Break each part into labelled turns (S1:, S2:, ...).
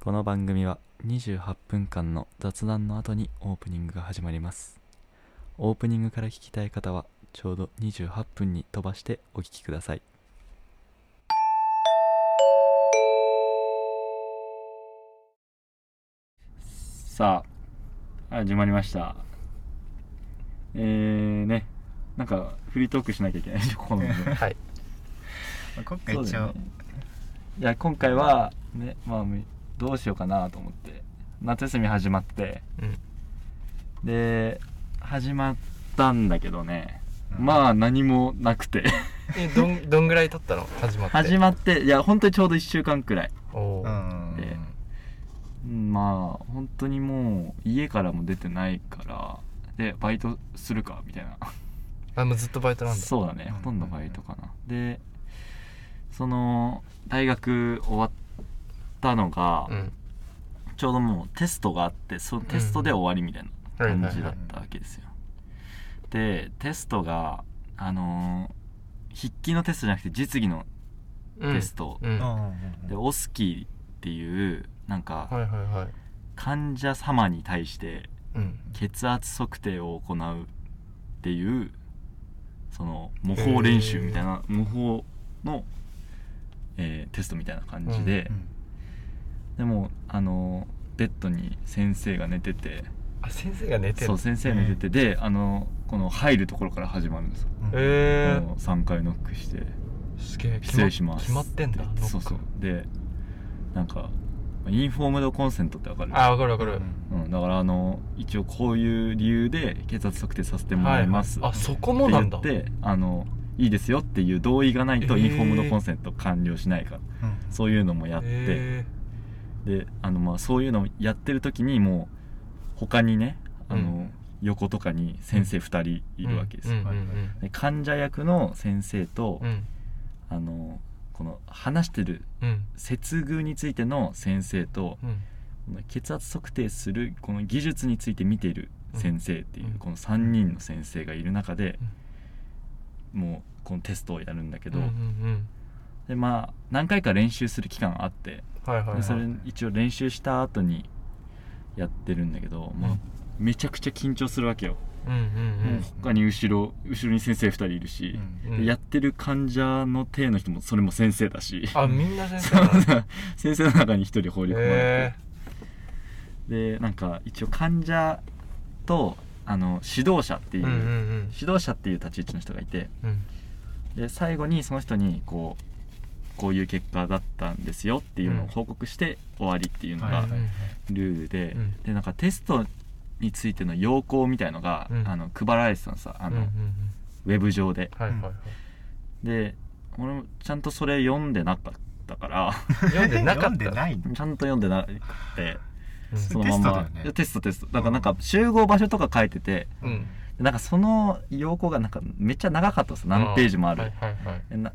S1: この番組は28分間の雑談の後にオープニングが始まりますオープニングから聞きたい方はちょうど28分に飛ばしてお聞きください
S2: さあ始まりましたえー、ねなんかフリートークしなきゃいけないでしょここの部分
S3: はい。まあ、今回
S2: そう
S3: 一
S2: だよね
S3: 応、
S2: いや今回はねまあむどうしようかなと思って夏休み始まってで始まったんだけどね
S3: うん
S2: まあ何もなく て
S4: えどんどんぐらい経ったの始まって
S2: 始まっていや本当にちょうど1週間くらい
S4: お
S3: う
S4: ー
S3: ん、
S2: でうんまあ本当にもう家からも出てないからでバイトするかみたいな
S4: あもうずっとバイトなんだ
S2: そうだね
S3: うん
S2: ほとんどバイトかな、でその大学終わったのが、
S4: うん
S2: ちょうどもうテストがあってそのテストで終わりみたいな
S4: はい
S2: 感
S4: はいはい
S2: じだったわけですよ、でテストがあのー筆記のテストじゃなくて実技の
S4: うん
S2: テスト
S4: うん
S3: うん
S4: は
S2: でオスキーっていうなん
S4: いはい
S2: か
S4: はい
S2: 患者様に対して
S4: うん
S2: 血圧測定を行うっていうその模倣練習みたいな模倣の、えーテストみたいな感じで、でもあのベッドに先生が寝てて
S4: あ先生が寝てる
S2: そう先生が寝てて、であのこの入るところから始まるんですよ、
S3: うん
S4: え
S2: この3回ノックして
S4: ー、すげえ
S2: 「失礼します」
S4: 決まってんだ
S2: てそうそうでなんかインフォームドコンセントってわかる
S4: あわかるわかる、
S2: うん、だからあの一応こういう理由で血圧測定させてもらいます、
S4: はいはいあそこ
S2: っ
S4: も
S2: て
S4: な
S2: 言
S4: んだ
S2: ってあのいいですよっていう同意がないと
S4: えー
S2: インフォームドコンセント完了しないから、
S3: うん
S2: そういうのもやって、
S4: え
S2: であのまあそういうのをやってる時にもう他にねあの、
S4: う
S2: 横とかに先生2人
S4: ー
S2: いるわけですよ、
S4: うんうんうん
S2: で患者役の先生と、
S4: うん
S2: あのこの話してる
S4: うん
S2: 接遇についての先生と、
S4: うん
S2: この血圧測定するこの技術について見ている先生っていう、
S4: うん
S2: この3人の先生がいる中で、もうこのテストをやるんだけ
S4: け
S2: ど、
S4: うんうん
S2: でまあ何回か練習する期間あって
S4: うん、はいはい、
S2: で
S4: はい、
S2: それ一応練習した後にやってるんだけど、まあ
S4: うん
S2: めちゃくちゃ緊張するわけよ、
S4: うん
S2: もう他に後ろ後ろに先生2人いるし、
S4: うんうん
S2: でやってる患者の手の人もそれも先生だし
S4: あみんな先生
S2: そ
S4: な
S2: の
S4: の
S2: 先生の中に1人放り込まれて。
S4: え
S2: でなんか一応患者とあの指導者ってい
S4: ー、
S2: う、
S4: うんうん
S2: 指導者っていう立ち位置の人がいて
S4: うんうん
S2: で最後にその人にこうこういう結果だったんですよっていうのを報告して終わりっていうの
S3: は
S2: が
S3: いはい
S2: ルールで、
S4: うん
S2: でなんかテストについての要項みたいのが、
S4: うん
S2: あの配られてたのさあ
S4: あ
S2: の、
S4: うんうんうん、
S2: ウェブ上で
S4: はいはいはい
S2: で俺もちゃんとそれ読んでなかったから
S4: 読んでなか
S3: 読
S4: っ
S3: んで
S4: た
S3: ないの
S2: ちゃんと読んでなくて
S4: う
S2: そのまんま
S3: テストだよね
S2: いやテストテストだからなんか集合場所とか書いてて、
S4: んうん
S2: なんかその要項がなんかめっちゃ長かったです何ページもある、
S4: はいはいはい
S2: えな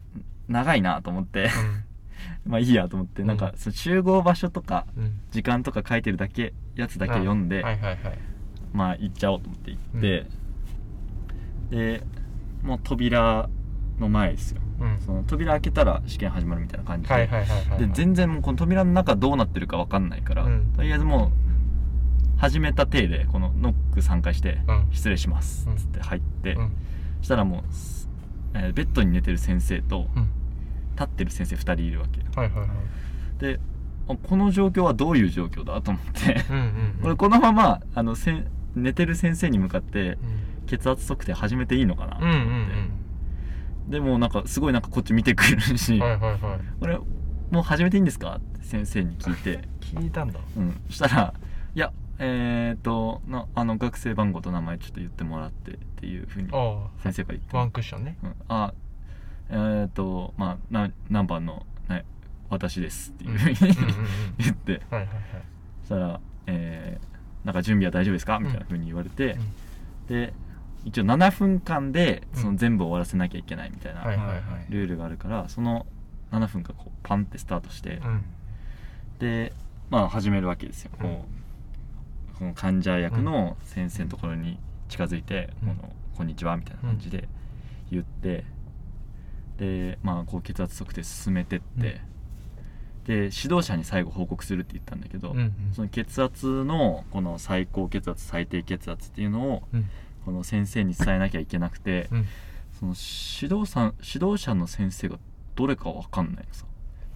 S2: 長いなと思って
S4: う
S2: まあいいやと思って、
S4: うん
S2: なんかその集合場所とか
S4: んうん
S2: 時間とか書いてるだけやつだけ読んで、
S4: はいはいはい
S2: まあ行っちゃおうと思って行って、でもう扉の前ですよ
S4: うん
S2: その扉開けたら試験始まるみたいな感じで,、
S4: はいはいはいはい
S2: で全然もうこの扉の中どうなってるか分かんないから、
S4: うん
S2: とりあえずもう始めた体でこのノック3回して
S4: うん
S2: 「失礼します」
S4: うん
S2: つって入って、
S4: うん
S2: したらもう、すえーベッドに寝てる先生と
S4: うん
S2: 立ってる先生2人いるわけ
S4: はいはいはい
S2: であこの状況はどういう状況だと思って
S4: うんうんうん
S2: 俺このままあのせん寝てる先生に向かって血圧測定始めていいのかなと
S4: うんうん
S2: 思って、でもなんかすごいなんかこっち見てくる
S4: うん
S2: し、
S4: はいはいはい
S2: 俺もう始めていいんですかって先生に聞いて、
S4: 聞いたんだ
S2: うん、したらいやえー、っとなあの学生番号と名前ちょっと言ってもらってっていうふうに
S4: あ
S2: 先生が言って
S4: あワンクッションね
S2: うんあえっ、ー、とまあな何番の、ね、私ですっていうふうに
S4: うんうんうん
S2: 言って
S4: はいはいはい
S2: そしたら、えーなんか準備は大丈夫ですか?」みたいなふうに言われて、で一応7分間で
S4: うん
S2: その全部終わらせなきゃいけないみたい
S4: はい
S2: な
S4: はいはい
S2: ルールがあるから、その7分がこうパンってスタートして、
S4: うん
S2: でまあ始めるわけですよ、
S4: うん
S2: こうこの患者役の先生のところに近づいて「
S4: うん
S2: このこんにちは」みたいな感じで言って、でまあこう血圧測定進めてって、で指導者に最後報告するって言ったんだけど、
S4: うんうん
S2: その血圧のこの最高血圧最低血圧っていうのを
S4: うん
S2: この先生に伝えなきゃいけなくて、
S4: うん
S2: その指導さん指導者の先生がどれかわかんないのさ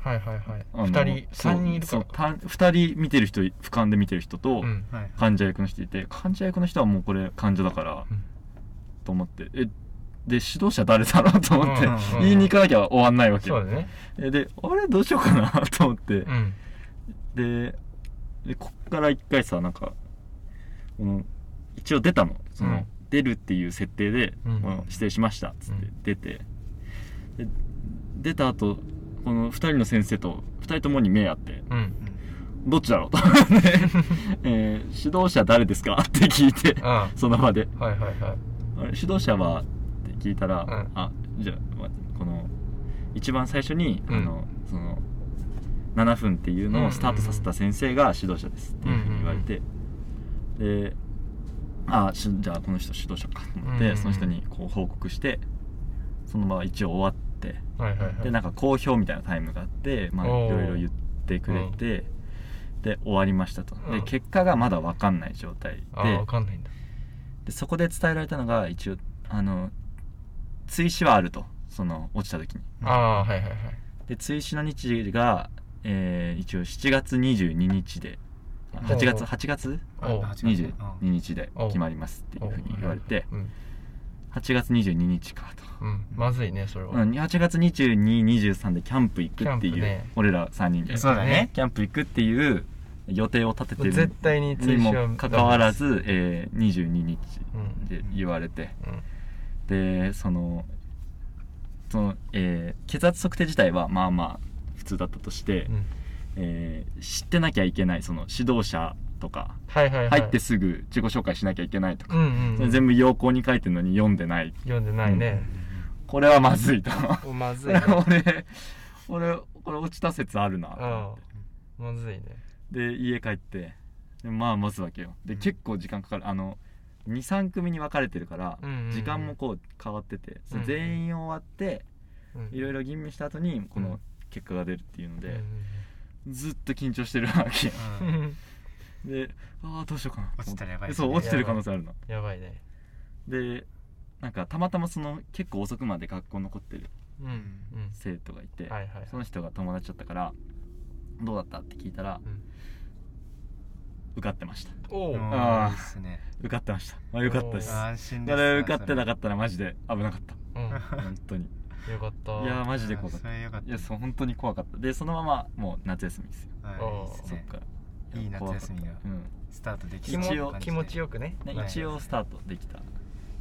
S4: はいはいはい
S2: あの
S4: 2人
S2: そう
S4: 3人いるか
S2: そ
S4: ら
S2: うた2人見てる人俯瞰で見てる人と、
S4: うん
S3: はい
S2: 患者役の人いて患者役の人はもうこれ患者だから、
S4: うん
S2: と思ってえで指導者誰だろうと思って、
S4: うんうんうん
S2: 言いに行かなきゃ終わんないわけ
S4: そう
S2: よ
S4: だね
S2: えであれどうしようかなと思って
S4: う、ん
S2: ででこっから一回さなんかこの一応出たのその、
S4: うん
S2: 出るっていう設定で「
S4: うん
S2: この失礼しました」っつって
S4: うん
S2: 出て、で出た後この2人の先生と2人ともに目合って
S4: うん
S2: 「どっちだろう?」と 思って、えー指導者誰ですか?」って聞いて
S4: あ
S2: その場で
S4: あはいはいはい
S2: あれ指導者はって聞いたら、
S4: うん
S2: あじゃあまこの一番最初に、
S4: うん
S2: あのその7分っていうのをスタートさせた先生が指導者ですっていうふうに言われて、であしじゃあこの人指導者かと思って、
S4: うんうん
S2: その人にこう報告してそのまま一応終わって
S4: はいはいはい
S2: でなんか好評みたいなタイムがあって、まあ、い
S4: おー
S2: ろいろ言ってくれて、で終わりましたと、
S4: う
S2: で
S4: ん
S2: 結果がまだ分かんない状態で。
S4: ああわかんないんだ
S2: でそこで伝えられたのが一応あの追試はあるとその落ちた時に
S4: ああはいはいはい
S2: で追試の日時が、えー一応7月22日であ
S4: おう
S2: 8月8月
S4: おう
S3: あ違う
S2: 22
S3: あ
S2: 日で決まりますっていうふうに言われて
S4: うん
S2: 8月22日かと。
S4: うんまずいねそれは
S2: うん8月2223でキャンプ行くってい
S4: キャンプ
S2: う、
S4: ね
S2: 俺ら3人で
S3: そうだね
S2: キャンプ行くっていう予定を立ててる
S4: 絶対に追
S2: に
S4: 試は
S2: もかかわらず、えー22日
S4: うん
S2: で言われて、
S4: うん
S2: でそのその、えー血圧測定自体はまあまあ普通だったとして、
S4: うん
S2: えー知ってなきゃいけないその指導者とか
S4: はいはいはい
S2: 入ってすぐ自己紹介しなきゃいけないと
S4: う
S2: か、
S4: ん
S2: そ
S4: う
S2: れ
S4: ん
S2: 全部要項に書いてるのに読んでない
S4: 読んでないね
S2: これはまずいと
S4: おまず いね
S2: 俺俺これ落ちた説あるなと思
S4: あ
S2: って
S4: あまずいね
S2: で家帰ってでまあ待つわけよで
S3: うん
S2: 結構時間かかるあの23組に分かれてるから、
S4: うんうんうん
S2: 時間もこう変わってて、それ
S4: うんうん
S2: 全員終わって
S4: うん
S2: いろいろ吟味した後にこ
S4: う
S2: の
S4: ん
S2: 結果が出るっていうので、
S4: う
S2: ずっと緊張してるわけよ
S3: う
S4: うんん
S2: でああどうしようかなと思
S3: 落ちたらやばいね
S2: そう落ちてる可能性あるの
S4: やばいね
S2: でなんかたまたまその結構遅くまで学校残ってる
S4: うんうん
S2: 生徒がいて、
S4: はいはい
S2: その人が友達だったから「どうだった?」って聞いたら、
S4: うん
S2: 受かってました
S4: お
S3: うん
S4: う
S2: あー
S3: いいっすね
S2: 受かってましたあよかったです
S4: おー
S2: あ
S3: 安心です
S2: れ受かってなか
S3: っ
S2: ったらマジで危なかっ
S4: うん
S2: た本当にい
S4: よかった
S2: やーマ
S3: マ
S2: ジで怖かっ
S3: そ
S2: た
S3: れよかっ
S2: い
S3: た
S2: やそう本当に怖かったでそのままもう夏休みですよ
S3: はいいいっす
S2: そっ
S3: ね
S2: から
S3: いい夏休みが
S2: 怖かったうん
S3: スタートでき
S4: 気
S3: そうな
S2: 一
S4: も
S2: 応
S3: 感じ
S4: 気
S3: で
S4: 持ちよくね
S2: ね
S3: はい
S2: 一応スタートできた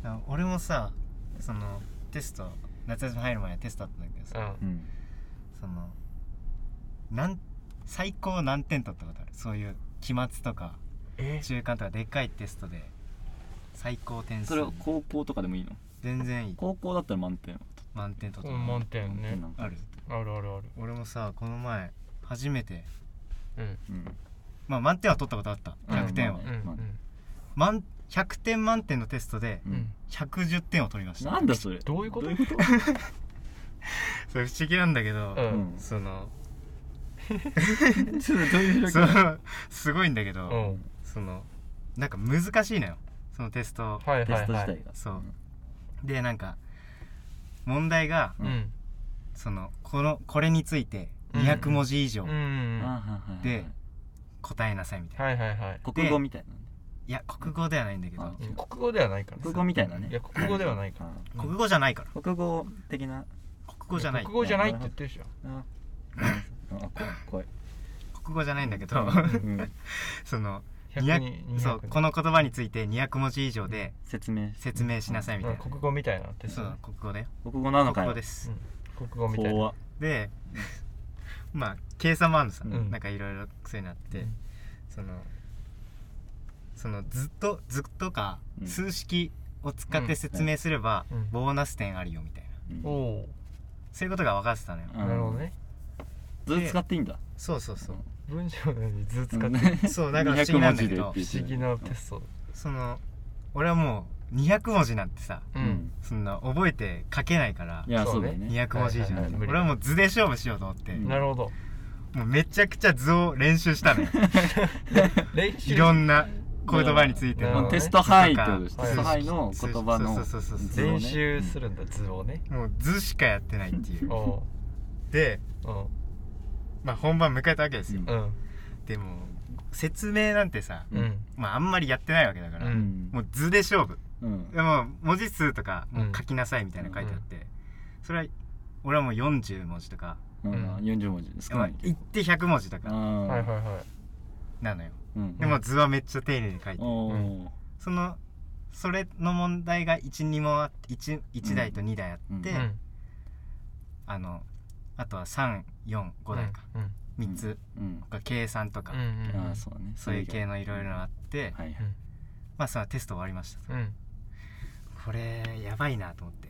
S3: あ俺もさそのテスト夏休み入る前にテストあったんだけど
S4: う
S3: さ
S4: ん
S2: うん
S3: そのなん最高何点取ったことあるそういう期末とか
S4: え
S3: 中間とかでっかいテストで最高点
S2: そ
S3: 数
S2: れを高校とかでもいいの
S3: 全然いい
S2: 高校だったら満点
S3: 満点取っ
S4: う
S3: た
S4: ん満点ね
S2: なんか
S3: ある
S4: あるあるある
S3: 俺もさこの前初めて
S4: うん
S2: うん
S3: まあ満点は取ったことあった100点は
S2: うん
S4: うん
S3: 満100点満点のテストで
S2: う
S4: うんん
S3: 110点を取りました
S2: なんだそれ
S4: どういうこと
S2: どういうこと
S3: それ不思議なんだけど、
S4: うん
S2: うん
S3: その
S2: それどういう
S3: そ
S2: 状況
S3: のすごいんだけど、
S4: うん
S3: そのなんか難しいのよそのテスト
S4: はい
S2: テ
S4: は
S2: ス
S4: い
S2: ト
S4: は
S2: 自
S4: い
S2: 体が
S3: そうでなんか問題が
S4: うん
S3: そのこのこれについて
S4: うん
S3: 200文字以上
S4: うん
S2: あ
S4: は
S2: はいはい
S3: で答えなさいみたいな、
S4: いはいはい
S2: 国語みたいない
S3: や国語ではないんだけど
S2: あ
S4: うん国語ではないから
S2: 国語みたいなね
S4: いや国語ではないか
S2: う
S3: 国語じゃないから
S2: ん国語的な
S3: 国語じゃない
S4: 国語じゃないって言ってるじゃん
S2: ああ怖い
S3: 国語じゃないんだけど
S2: 怖いうん
S3: その
S4: 100人
S3: 200そ
S4: 200
S3: う
S4: 人
S3: この言葉について200文字以上で
S2: 説明
S3: 説明しなさいみたいな、
S4: うん国語みたいなテス
S3: そ
S4: ト
S3: う
S4: ね
S3: 国語だよ
S2: 国語なのか
S3: 国
S2: よ
S3: 語です、
S4: うん国語みたいな
S2: 怖っ
S3: で まあ計算もあるのさ、
S2: うん
S3: なんかいろいろ癖になって、
S4: うん
S3: そのそのずっとずっとか、
S2: うん
S3: 数式を使って説明すれば、
S4: うん
S3: ボーナス点あるよみたいな
S2: うん
S4: おお
S3: そういうことが分かってたのよ、
S2: うん
S4: なるほどね
S2: ずっと使っていいんだ
S3: そうそうそう
S4: 文章なのに図使って
S2: ね
S3: そうだから不思議なんだけど
S2: 200文字で
S4: 不思議なテスト
S3: その俺はもう200文字なんてさ
S4: う
S2: うんん
S3: そんな覚えて書けないから
S2: いや
S4: そ
S2: そううだ
S4: ね
S2: よね
S3: 200文字以上、
S2: はいはいはい
S3: 俺はもう図で勝負しようと思って、
S2: うん
S4: なるほど
S3: もうめちゃくちゃ図を練習した のよ
S4: 練習
S3: いろんな言葉について
S4: なるほ
S3: の
S4: どね
S2: テスト範囲と
S3: はい
S2: テスト範囲の言葉の
S3: そうそうそうそう
S2: 図をね
S4: 練習するんだ図をね
S3: もう図しかやってないっていう
S4: お
S3: で、
S4: う
S3: まあ、本番迎えたわけですよ、
S4: うん
S3: でも説明なんてさ、
S4: うんうん
S3: まあ、あんまりやってないわけだから、
S4: う
S2: うんん
S3: もう図で勝負
S2: うん
S3: でも文字数とか
S4: うん
S3: もう書きなさいみたいなの書いてあって、それは俺はもう40文字とか
S2: うん40文字少ないけ
S3: 言って100文字と
S2: ど
S3: か
S2: は
S4: はいはいは
S3: なのよ、
S2: うん
S3: でも図はめっちゃ丁寧に書いてる
S2: おー
S3: そのそれの問題が12もあ 1, 1台と2台あって、
S2: う
S4: いうん
S3: あのあとは345台か、
S4: うん
S3: 3つ
S2: うん
S3: が計算とか、
S4: うんうんうん
S2: ああそうだね
S3: そういう系のいろいろあって、
S2: はいはい
S3: まあそのテスト終わりましたと、
S4: うん
S3: これやばいなと思って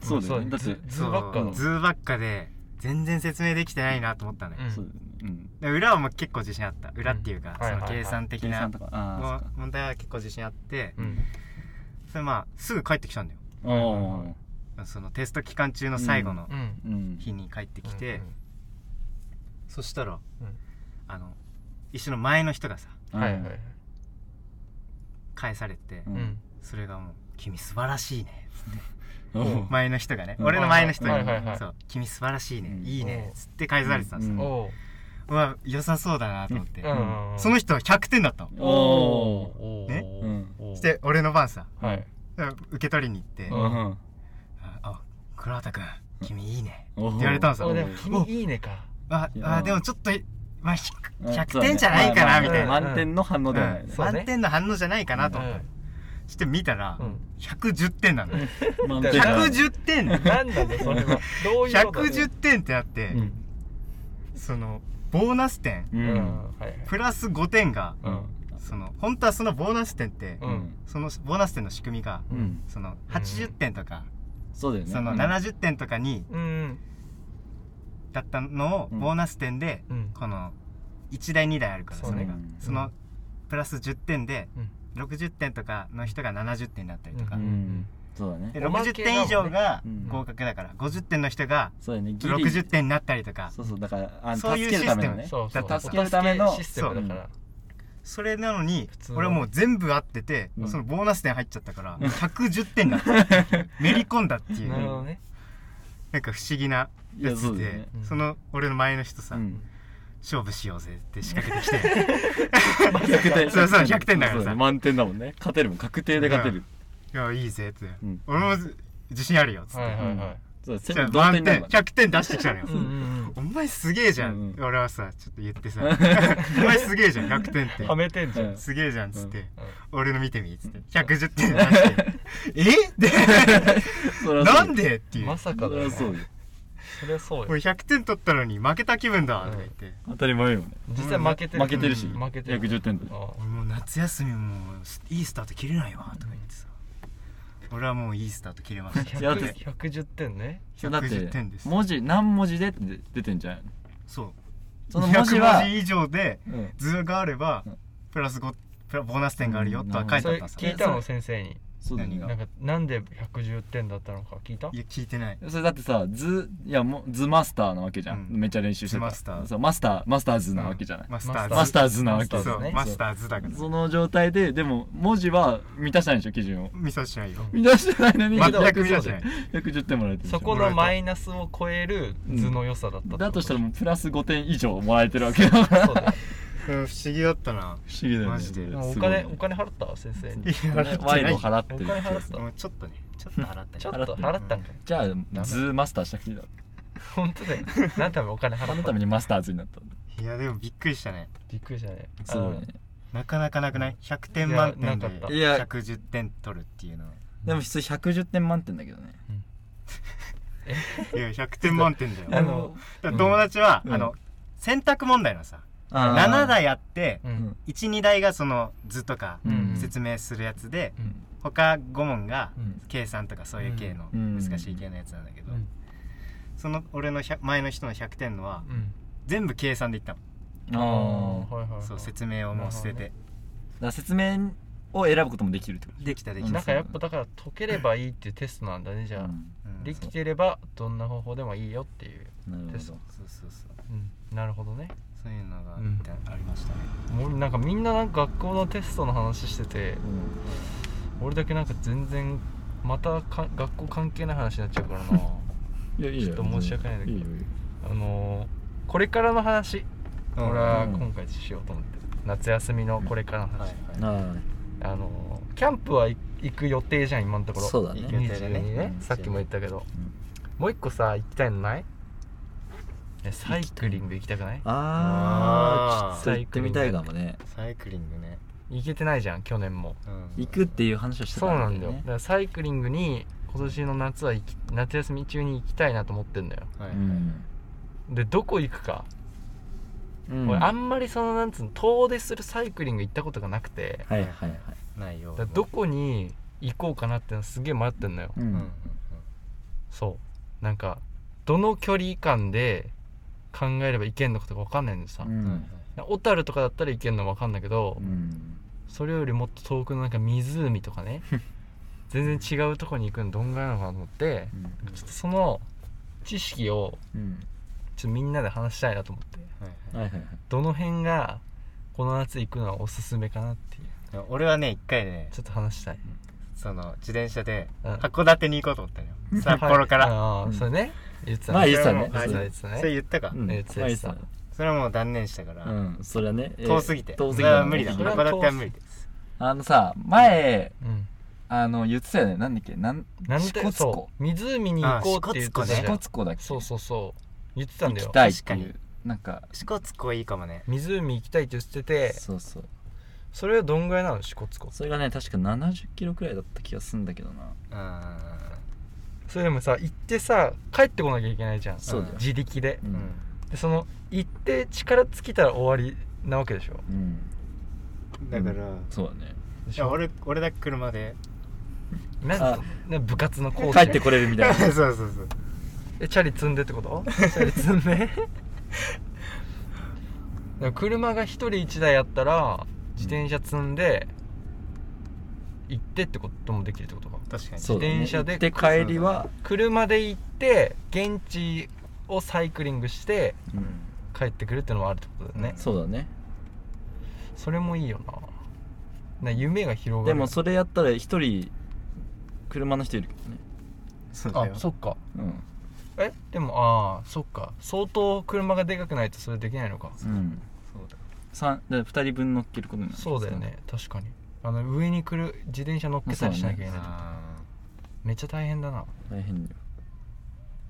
S2: そうだよね
S4: ん
S2: だって
S4: 図図ばっか
S3: そ
S4: の
S3: う図ばっかで全然説明できてないなと思ったのよ、
S4: うん
S2: そうだよねうん
S3: で裏はもう結構自信あった裏っていうか、
S4: うんはいはいはい
S3: その計算的
S2: 計
S3: な
S2: 算とかああそっか
S3: 問題は結構自信あって、
S4: うん
S3: それまあすぐ帰ってきたんだよ
S2: おー
S3: そのテスト期間中の最後の
S4: うん
S2: うん
S3: 日に帰ってきて、そしたら、
S4: うん
S3: あの一緒の前の人がさ
S4: うんはいはいはい
S3: 返されて、
S2: う
S4: うんん
S3: それがもう「君素晴らしいね」
S2: おー
S3: 前の人がね、
S2: うん
S3: 俺の前の人
S4: は
S3: が
S4: いはいはい
S3: そう君素晴らしいね、
S2: うん
S3: いいね」つって返されてたんですよ、
S4: おう
S3: うわ良さそうだなと思って、
S4: うんうんうん
S3: その人は100点だったの
S2: おー
S4: おお
S3: ね
S4: お
S3: そして俺の番さ
S4: はい
S3: 受け取りに行って「
S2: うんうん
S3: あ黒畑君君いいね」
S2: おー
S3: って言われたんです
S4: あ
S3: よ
S4: でも君いいねか
S3: あ
S2: いやー
S3: あでもちょっと、まあ、ひ
S2: うん
S3: 100点じゃないかなみたい
S2: ま
S3: な、
S2: あまあ満点の反応ではないうね
S3: ん
S4: そ
S3: 満点の反応じゃないかなと思ったの、そして見たら、
S4: うん
S3: 110点なのよ
S2: 満
S4: うん
S3: 110点
S4: うんなんなんだそれはどういうことだ
S3: 110点ってあって、
S2: うん
S3: そのボーナス点
S2: う
S4: うん
S2: ん
S4: はいはい
S3: プラス5点が
S4: うん
S3: その本当はそのボーナス点って、
S4: うん
S3: そのボーナス点の仕組みが
S2: うん
S3: その80点とか、
S2: そうだよね
S3: その
S2: うん
S3: 70点とかに
S4: うん
S3: だったのを
S2: うん
S3: ボーナス点で、
S4: うん
S3: この1台2台あるから
S4: そう
S3: そ
S4: ね
S3: れが
S2: うん
S3: そのプラス10点で
S4: うん
S3: 60点とかの人が70点になったりとか、
S2: う
S4: うんん
S2: そうだね
S3: で
S4: おまけ
S3: 60
S4: だもん
S3: 点
S4: ね
S3: 以上が
S2: うん
S3: 合格だから、50点の人が
S2: そうだねギリ
S3: 60点になったりとか
S2: そうそうだからあの
S3: そういう
S2: 助けるためのね
S3: シ
S4: そうそう
S3: だ
S2: 助けるための
S4: システムだから
S3: それなのに
S4: 普通の
S3: 俺はもう全部合ってて、
S2: うん
S3: そのボーナス点入っちゃったから110点だっためり込んだっていう
S4: なるほ
S3: な
S4: どね
S3: んか不思議ないや
S2: やそ
S3: つ
S2: うだ
S3: で
S2: よね
S4: うん
S3: その俺の前の人さ、
S2: うん
S3: 勝負しようぜって仕掛けてきて
S2: 100点
S3: そうそう100点だからさ
S2: そうね満点だもんね勝てるもん確定で勝てる
S3: 「いやいいぜ」って、
S2: うん
S3: 俺もず自信あるよ」っつって、
S4: はいはいはい
S2: そうせ
S3: じ
S2: め
S3: ゃあ
S2: て同
S3: 満
S2: 点だ
S3: 点
S2: もんね
S3: 100点出してきたのよ、
S4: うんうん
S3: お前すげえじゃん、
S2: うん
S3: 俺はさちょっと言ってさ「 お前すげえじゃん100点っ
S4: う
S3: て
S4: んはめてんじゃん
S2: うん
S3: すげえじゃん」っつって、
S4: う
S3: 俺の見てみ」っつって110点出して「えで
S2: そりゃそう
S3: なんで?」っていう
S4: まさか
S2: そ
S4: だ
S2: り
S4: よ
S2: ゃ
S4: ね
S2: そうよ
S4: それはそうよ
S3: 俺100点取ったのに負けた気分だとか言って、
S2: 当たり前よね
S4: 実際負けてる
S2: 負けてるし
S4: うん負けてる
S2: 110点だよ
S4: あ
S3: 俺もう夏休みもいいスタート切れないわとか言ってさ俺はもういいスタート切れま し
S4: あ
S3: た
S2: 違うって
S4: 100 110点ね
S2: そうだって
S3: 110点です
S2: 文字何文字でって出てんじゃん
S3: そう
S2: その文字は
S3: 200文字以上で
S2: うん
S3: 図があれば
S2: うん
S3: プラス5プラボーナス点があるよとは書いて
S4: そ
S3: あっ
S4: れ
S3: たんです
S4: 聞いたの先生に
S2: そうだよ
S3: 何
S4: なん
S2: ね
S4: かなんで110点だったのか聞いた
S3: いや聞いてない
S2: それだってさ図いやもう図マスターなわけじゃん
S3: うん
S2: めっちゃ練習してた
S3: 図マスター
S2: そうマスターマスターズなわけじゃない
S3: マスターズ
S2: マスターズなわけ
S4: マスターズ
S3: そう
S4: ね
S3: マスターズだから
S2: その状態ででも文字は満たしたないでしょ基準を
S3: 見さしないよ
S2: 満たしてないのに
S3: 全
S2: 110
S3: く見さしない
S2: 110点もらえてるでしょ
S4: そこのマイナスを超える図の良さだったってこ
S2: だとしたらもうプラス5点以上もらえてるわけだから
S4: そうだよ
S3: うん不思議だったな
S2: 不思議だよね
S3: マジで
S2: そ
S4: で
S2: れ
S4: もお
S2: すごい
S4: 金お金払った先生に
S3: いや払ってな
S2: 賄
S3: い
S2: 賂を払って
S4: お
S2: る
S4: 金払った
S3: もうちょっとねちょっと払った
S4: ちょっと払ったんかい
S2: じゃあズーマスターしたきりだ
S4: 本当だよ何のためにお金払った
S2: 何のためにマスターズになったの
S3: いやでもびっくりしたね
S4: びっくりじゃない
S2: すごいね
S3: なかなかなくない100点満
S4: いやな
S3: 点で
S4: かった
S2: いや
S3: 110点取るっていうのは
S2: でも普通110点満点だけどね
S3: いや100点満 点だよ
S4: あの
S3: だから友達は、
S2: うん
S3: あの選択問題のさ
S2: あー
S3: 7台あって
S4: う
S2: うんん
S3: 12台がその図とか
S2: うん
S3: 説明するやつで、
S4: うん
S3: 他5問が
S2: うん
S3: 計算とかそういう系の
S2: うん
S3: 難しい系のやつなんだけど、
S4: うん
S3: その俺の100前の人の100点のは
S4: うん
S3: 全部計算でいったの、
S2: あーだか
S4: はいはいはい
S3: そう説明をもう捨て
S4: な
S3: て、
S2: ら説明を選ぶこともできるってこと
S3: できたでき
S2: 明
S3: た、
S4: なんかやっぱだから解ければいいっていうテストなんだねじゃあ
S2: うん
S3: うん
S4: できてればどんな方法でもいいよっていう
S2: なるほ
S4: テス
S2: ど
S4: ト
S3: そうそうそう
S4: うんなるほどね
S3: そういうのがあっ
S4: うん
S3: てありましたね、
S4: もうなんかみんななんか学校のテストの話してて俺だけなんか全然またか学校関係ない話になっちゃうからな
S2: いやいいよ
S4: ちょっと申し訳ないんだけど
S2: いいよいいよ
S4: あのー、これからの話
S3: うん
S4: 俺は今回しようと思ってる夏休みのこれからの話、
S3: はいは
S2: あ
S4: あのーキャンプはい行く予定じゃん今のところ
S2: そうだね
S4: 22ね
S3: 予定
S2: だね
S4: さっきも言ったけど、もう一個さ行きたいのないえサイクリング行きたくない
S2: あー
S3: あー
S2: ちょっと行ってみたいかもね
S3: いサイクリングね、
S4: 行けてないじゃん去年も
S3: うん
S2: 行くっていう話をして
S4: そ
S2: た
S4: うなんだ
S2: よ
S4: よだ
S2: ね
S4: からサイクリングに今年の夏は行き夏休み中に行きたいなと思ってんだよ
S3: はい、
S2: うん
S4: でどこ行くか、
S2: うん
S4: 俺あ
S2: はい
S4: んまりそのなんつうの遠出するサイクリング行ったことがなくて
S2: はいはい
S3: ないよ
S4: だからどこに行こうかなってのすげえ迷ってんのよ
S2: う
S3: うんうんうんん
S4: そうなんかどの距離感で考えれば行けんのかとか分かんないんでさ
S2: う
S3: うん
S2: ん
S4: 小樽、とかだったら行けんの分かんないけど、
S2: うん
S4: それよりもっと遠くのなんか湖とか ね全然違うとこに行くのどんぐらいなのかなと思ってちょっとその知識を
S2: うん
S4: ちょっとみんなで話したいなと思って
S3: はい
S2: はいは
S3: は
S2: いはい
S4: どの辺がこの夏行くのはおすすめかなっていう
S3: い、俺はね一回ね
S4: ちょっと話したい
S3: その自転車で
S4: うん
S3: 函館に行こうと思ったのよ札幌から、
S4: ああそれね言ってた
S2: まあ言って
S3: たね
S4: ね言ってた言ってた
S3: それ
S4: ね
S3: 言ったか、
S2: うん
S4: えーつやしさん
S2: ま
S3: それはもう断念したから、
S2: あいいっすねうんそれはねえー
S3: 遠すぎて
S2: 遠す
S3: そ
S2: ぎ
S3: れ
S2: た
S3: は
S2: ね
S3: 無理だ
S4: それ
S3: 函
S4: は
S3: 館は無理です
S2: あのさ前
S4: うん
S2: あの言ってたよねなんだっけなん
S4: なん
S2: 支
S4: で
S2: 笏湖
S4: そう湖に行こうって言ってた
S3: あ
S4: じ
S2: 支
S4: ゃん
S2: 笏湖だっけ
S4: そうそうそう言ってたん
S2: 行
S4: だ
S2: き
S4: よ
S2: たいって
S3: 確
S2: い
S3: か
S2: うなんか
S3: 支笏湖いいかもね
S4: 湖行きたいって言ってて
S2: そうそう
S4: それはどんぐらいなの支笏湖
S2: それがね確か7 0キロくらいだった気がするんだけどな
S3: あ
S4: それでもさ行ってさ帰ってこなきゃいけないじゃん
S2: そうだよ
S4: 自力で
S2: う
S3: ーうんん
S4: でその行って力尽きたら終わりなわけでしょ
S2: うん
S3: だから、
S2: そうだね
S4: で
S3: い
S4: し
S3: や
S4: ょ
S3: 俺俺だけ車で
S4: なん
S2: あ
S4: かね部活のコー
S2: 帰
S4: ス
S2: ってこれるみたい
S3: そ
S2: な
S3: うそうそう
S4: えチャリ積んでってことチャリ積ん ででも車が一人一台やったら自転車積んで行ってってこともできるってことか
S3: 確かに
S2: そうだね
S4: 自転車で
S2: 行って帰りは
S4: 車で行って現地をサイクリングして
S2: うん
S4: 帰ってくるってのもあるってことだよね、
S2: そうだね
S4: それもいいよなな夢が広が
S2: で
S4: る
S2: もそれやったら一人車の人いるけどね
S3: そうだ
S4: あ
S3: よ
S4: そっか
S2: うん
S4: えでもああそっか相当車がでかくないとそれできないのか
S2: うん
S3: そうだ
S2: 三で2人分乗っけることになる
S4: そうだよね確かにあの上に来る自転車乗っけたりしなきゃいけないとか
S3: あ
S4: めっちゃ大変だな
S2: 大変よ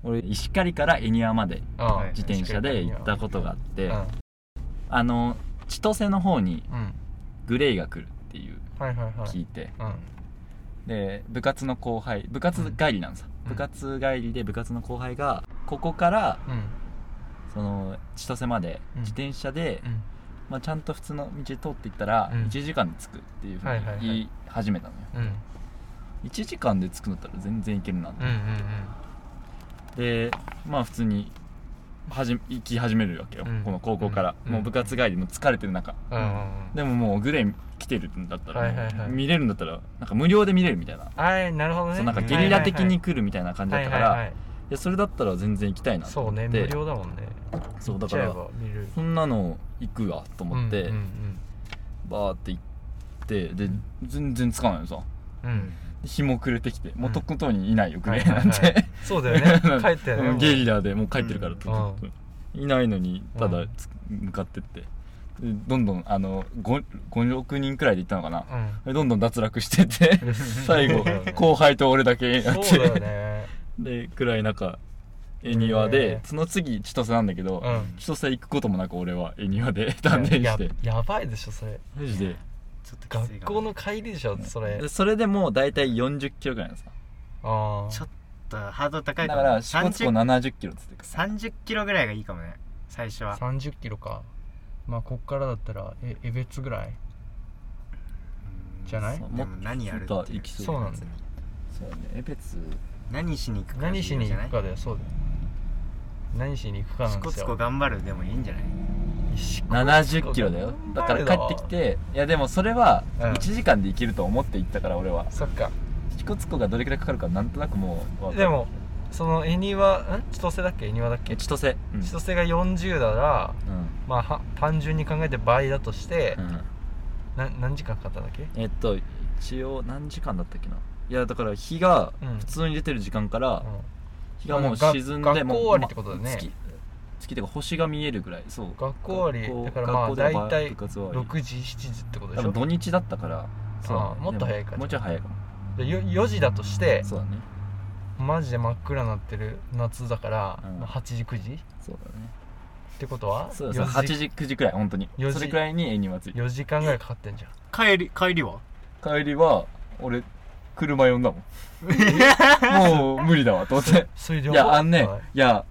S2: 俺石狩から恵庭まで
S4: ああ
S3: はい
S2: 自転車で行ったことがあって、
S4: うん
S2: あの千歳の方に
S4: うん
S2: グレイが来るっていう
S4: はいはいは
S2: 聞
S4: い
S2: いて、
S4: うん
S2: で部活の後輩部活帰りなんさ、
S4: うん
S2: 部活帰りで部活の後輩がここから
S4: うん
S2: その千歳まで
S4: うん
S2: 自転車で、
S4: うん
S2: まあ、ちゃんと普通の道通っていったら
S4: うん
S2: 1時間で着くっていうふう
S4: はい
S2: に
S4: はいはい
S2: 言い始めたのよ、
S4: うん
S2: 1時間で着くんだったら全然行けるなと
S4: うんうん
S2: でまあ普通にはじ行き始めるわけよ、
S4: うん
S2: この高校から、
S4: うん
S2: もう部活帰りも疲れてる中、
S4: うんうん
S2: でももうグレー来てるんだったら、
S4: はいはいはい
S2: 見れるんだったらなんか無料で見れるみたいな、
S4: はいなるほど
S2: そ
S4: ね
S2: うなんか
S3: うん
S2: ゲリラ的に来るみたいな感じだ
S4: はい
S2: った
S4: は
S2: か
S4: い
S2: ら、
S4: はい
S2: いやそれだったら全然行きたいなと
S4: そう
S2: 思って
S4: ね無料だもんね
S2: そうだ
S4: ち
S2: か
S4: ゃえ
S2: ら
S4: ば見る
S2: そんなの行くわと思って、
S4: うんうん
S2: バーって行ってで全然つかないのさ
S4: うんうん
S2: 日も暮れてきてもうと
S4: うん
S2: ことにいないよグレー
S4: は
S2: ないん
S4: はいは
S2: て
S4: いそうだよ ね帰った
S2: う
S4: よねも
S2: ん
S4: う
S2: ゲリラでもう帰ってるから
S3: うん
S2: ととといないのにただつ向かってってでどんどんあの56人くらいで行ったのかな
S4: うん
S2: でどんどん脱落して って
S4: うん
S2: 最後
S4: そうだよね
S2: 後輩と俺だけになっ
S4: そうだよ
S2: て
S4: ね
S2: で暗い中恵庭で
S4: ね
S2: その次千歳なんだけど
S4: うん
S2: 千歳行くこともなく俺は恵庭で断念し
S4: や
S2: て
S4: やばいでしょそれ
S2: マジで
S3: ちょっときつい
S4: 学
S3: か
S4: 校
S3: も
S4: の帰りでしょそれ
S2: でそれでもう大体40キロぐらいなのさ
S4: ああ
S3: ちょっとハードル高
S2: だ
S3: い
S2: か
S3: かも
S2: ら支笏湖70キロっつってた
S3: 30キロぐらいがいいかもね最初は、
S4: 30キロかまあこっからだったらええべつぐらい
S3: うん
S4: じゃない
S2: そう
S3: でも何やるって
S2: もっと行きそう
S4: そうなんだよ
S2: そうねエペツ
S3: 何しに行くか
S4: 何しに行く
S3: か
S4: かだよそうだよ何しに行くかなん
S3: 支
S4: です
S3: 笏湖
S4: よ
S3: 頑張るでもいいんじゃない
S4: 支笏湖
S2: 70キロだよだから帰ってきていやでもそれは
S4: うん
S2: 1時間で行けると思って行ったから俺は
S4: そっか
S2: 支笏湖がどれくらいかかるかなんとなくもう分かる
S4: でもその恵庭ん千歳だっけ恵庭だっけ
S2: 千歳うん
S4: 千歳が40だら
S2: うん
S4: まあは単純に考えて倍だとして
S2: う、ん
S4: な何時間かかったんだっけ
S2: えっと一応何時間だったっけないやだから日が
S4: うん
S2: 普通に出てる時間から、
S4: う
S2: 日がもう
S4: まあ
S2: 沈んでも
S4: が学校
S2: う
S4: 終わりってことだね、
S2: ま月月とか星が見えるぐらいそうん
S4: 学校終わり
S2: 学校
S4: だからま
S2: 学
S4: あ
S2: 校でも
S4: 大体
S2: 部活終わ
S4: 6時7時ってこと
S2: り多
S4: でしょ
S2: 分土日だったからそう
S4: あーもっと早いか
S2: でももうちょい早いかも
S4: でよ4時だとして
S2: そうだね
S4: マジで真っ暗になってる夏だから、
S2: うん
S4: まあ8時9時っ
S2: そうだね
S4: てことは
S2: そうだ
S4: 4
S2: 8時9時くらい本当に
S4: 4時
S2: それくらいに絵にはついて
S4: 4時間ぐらいかかってんじゃん
S3: 帰り帰りは
S2: 帰りは俺車呼んだもん もう無理だわと 思って
S4: それ
S2: い
S4: で
S2: やあんね
S4: はい
S2: いや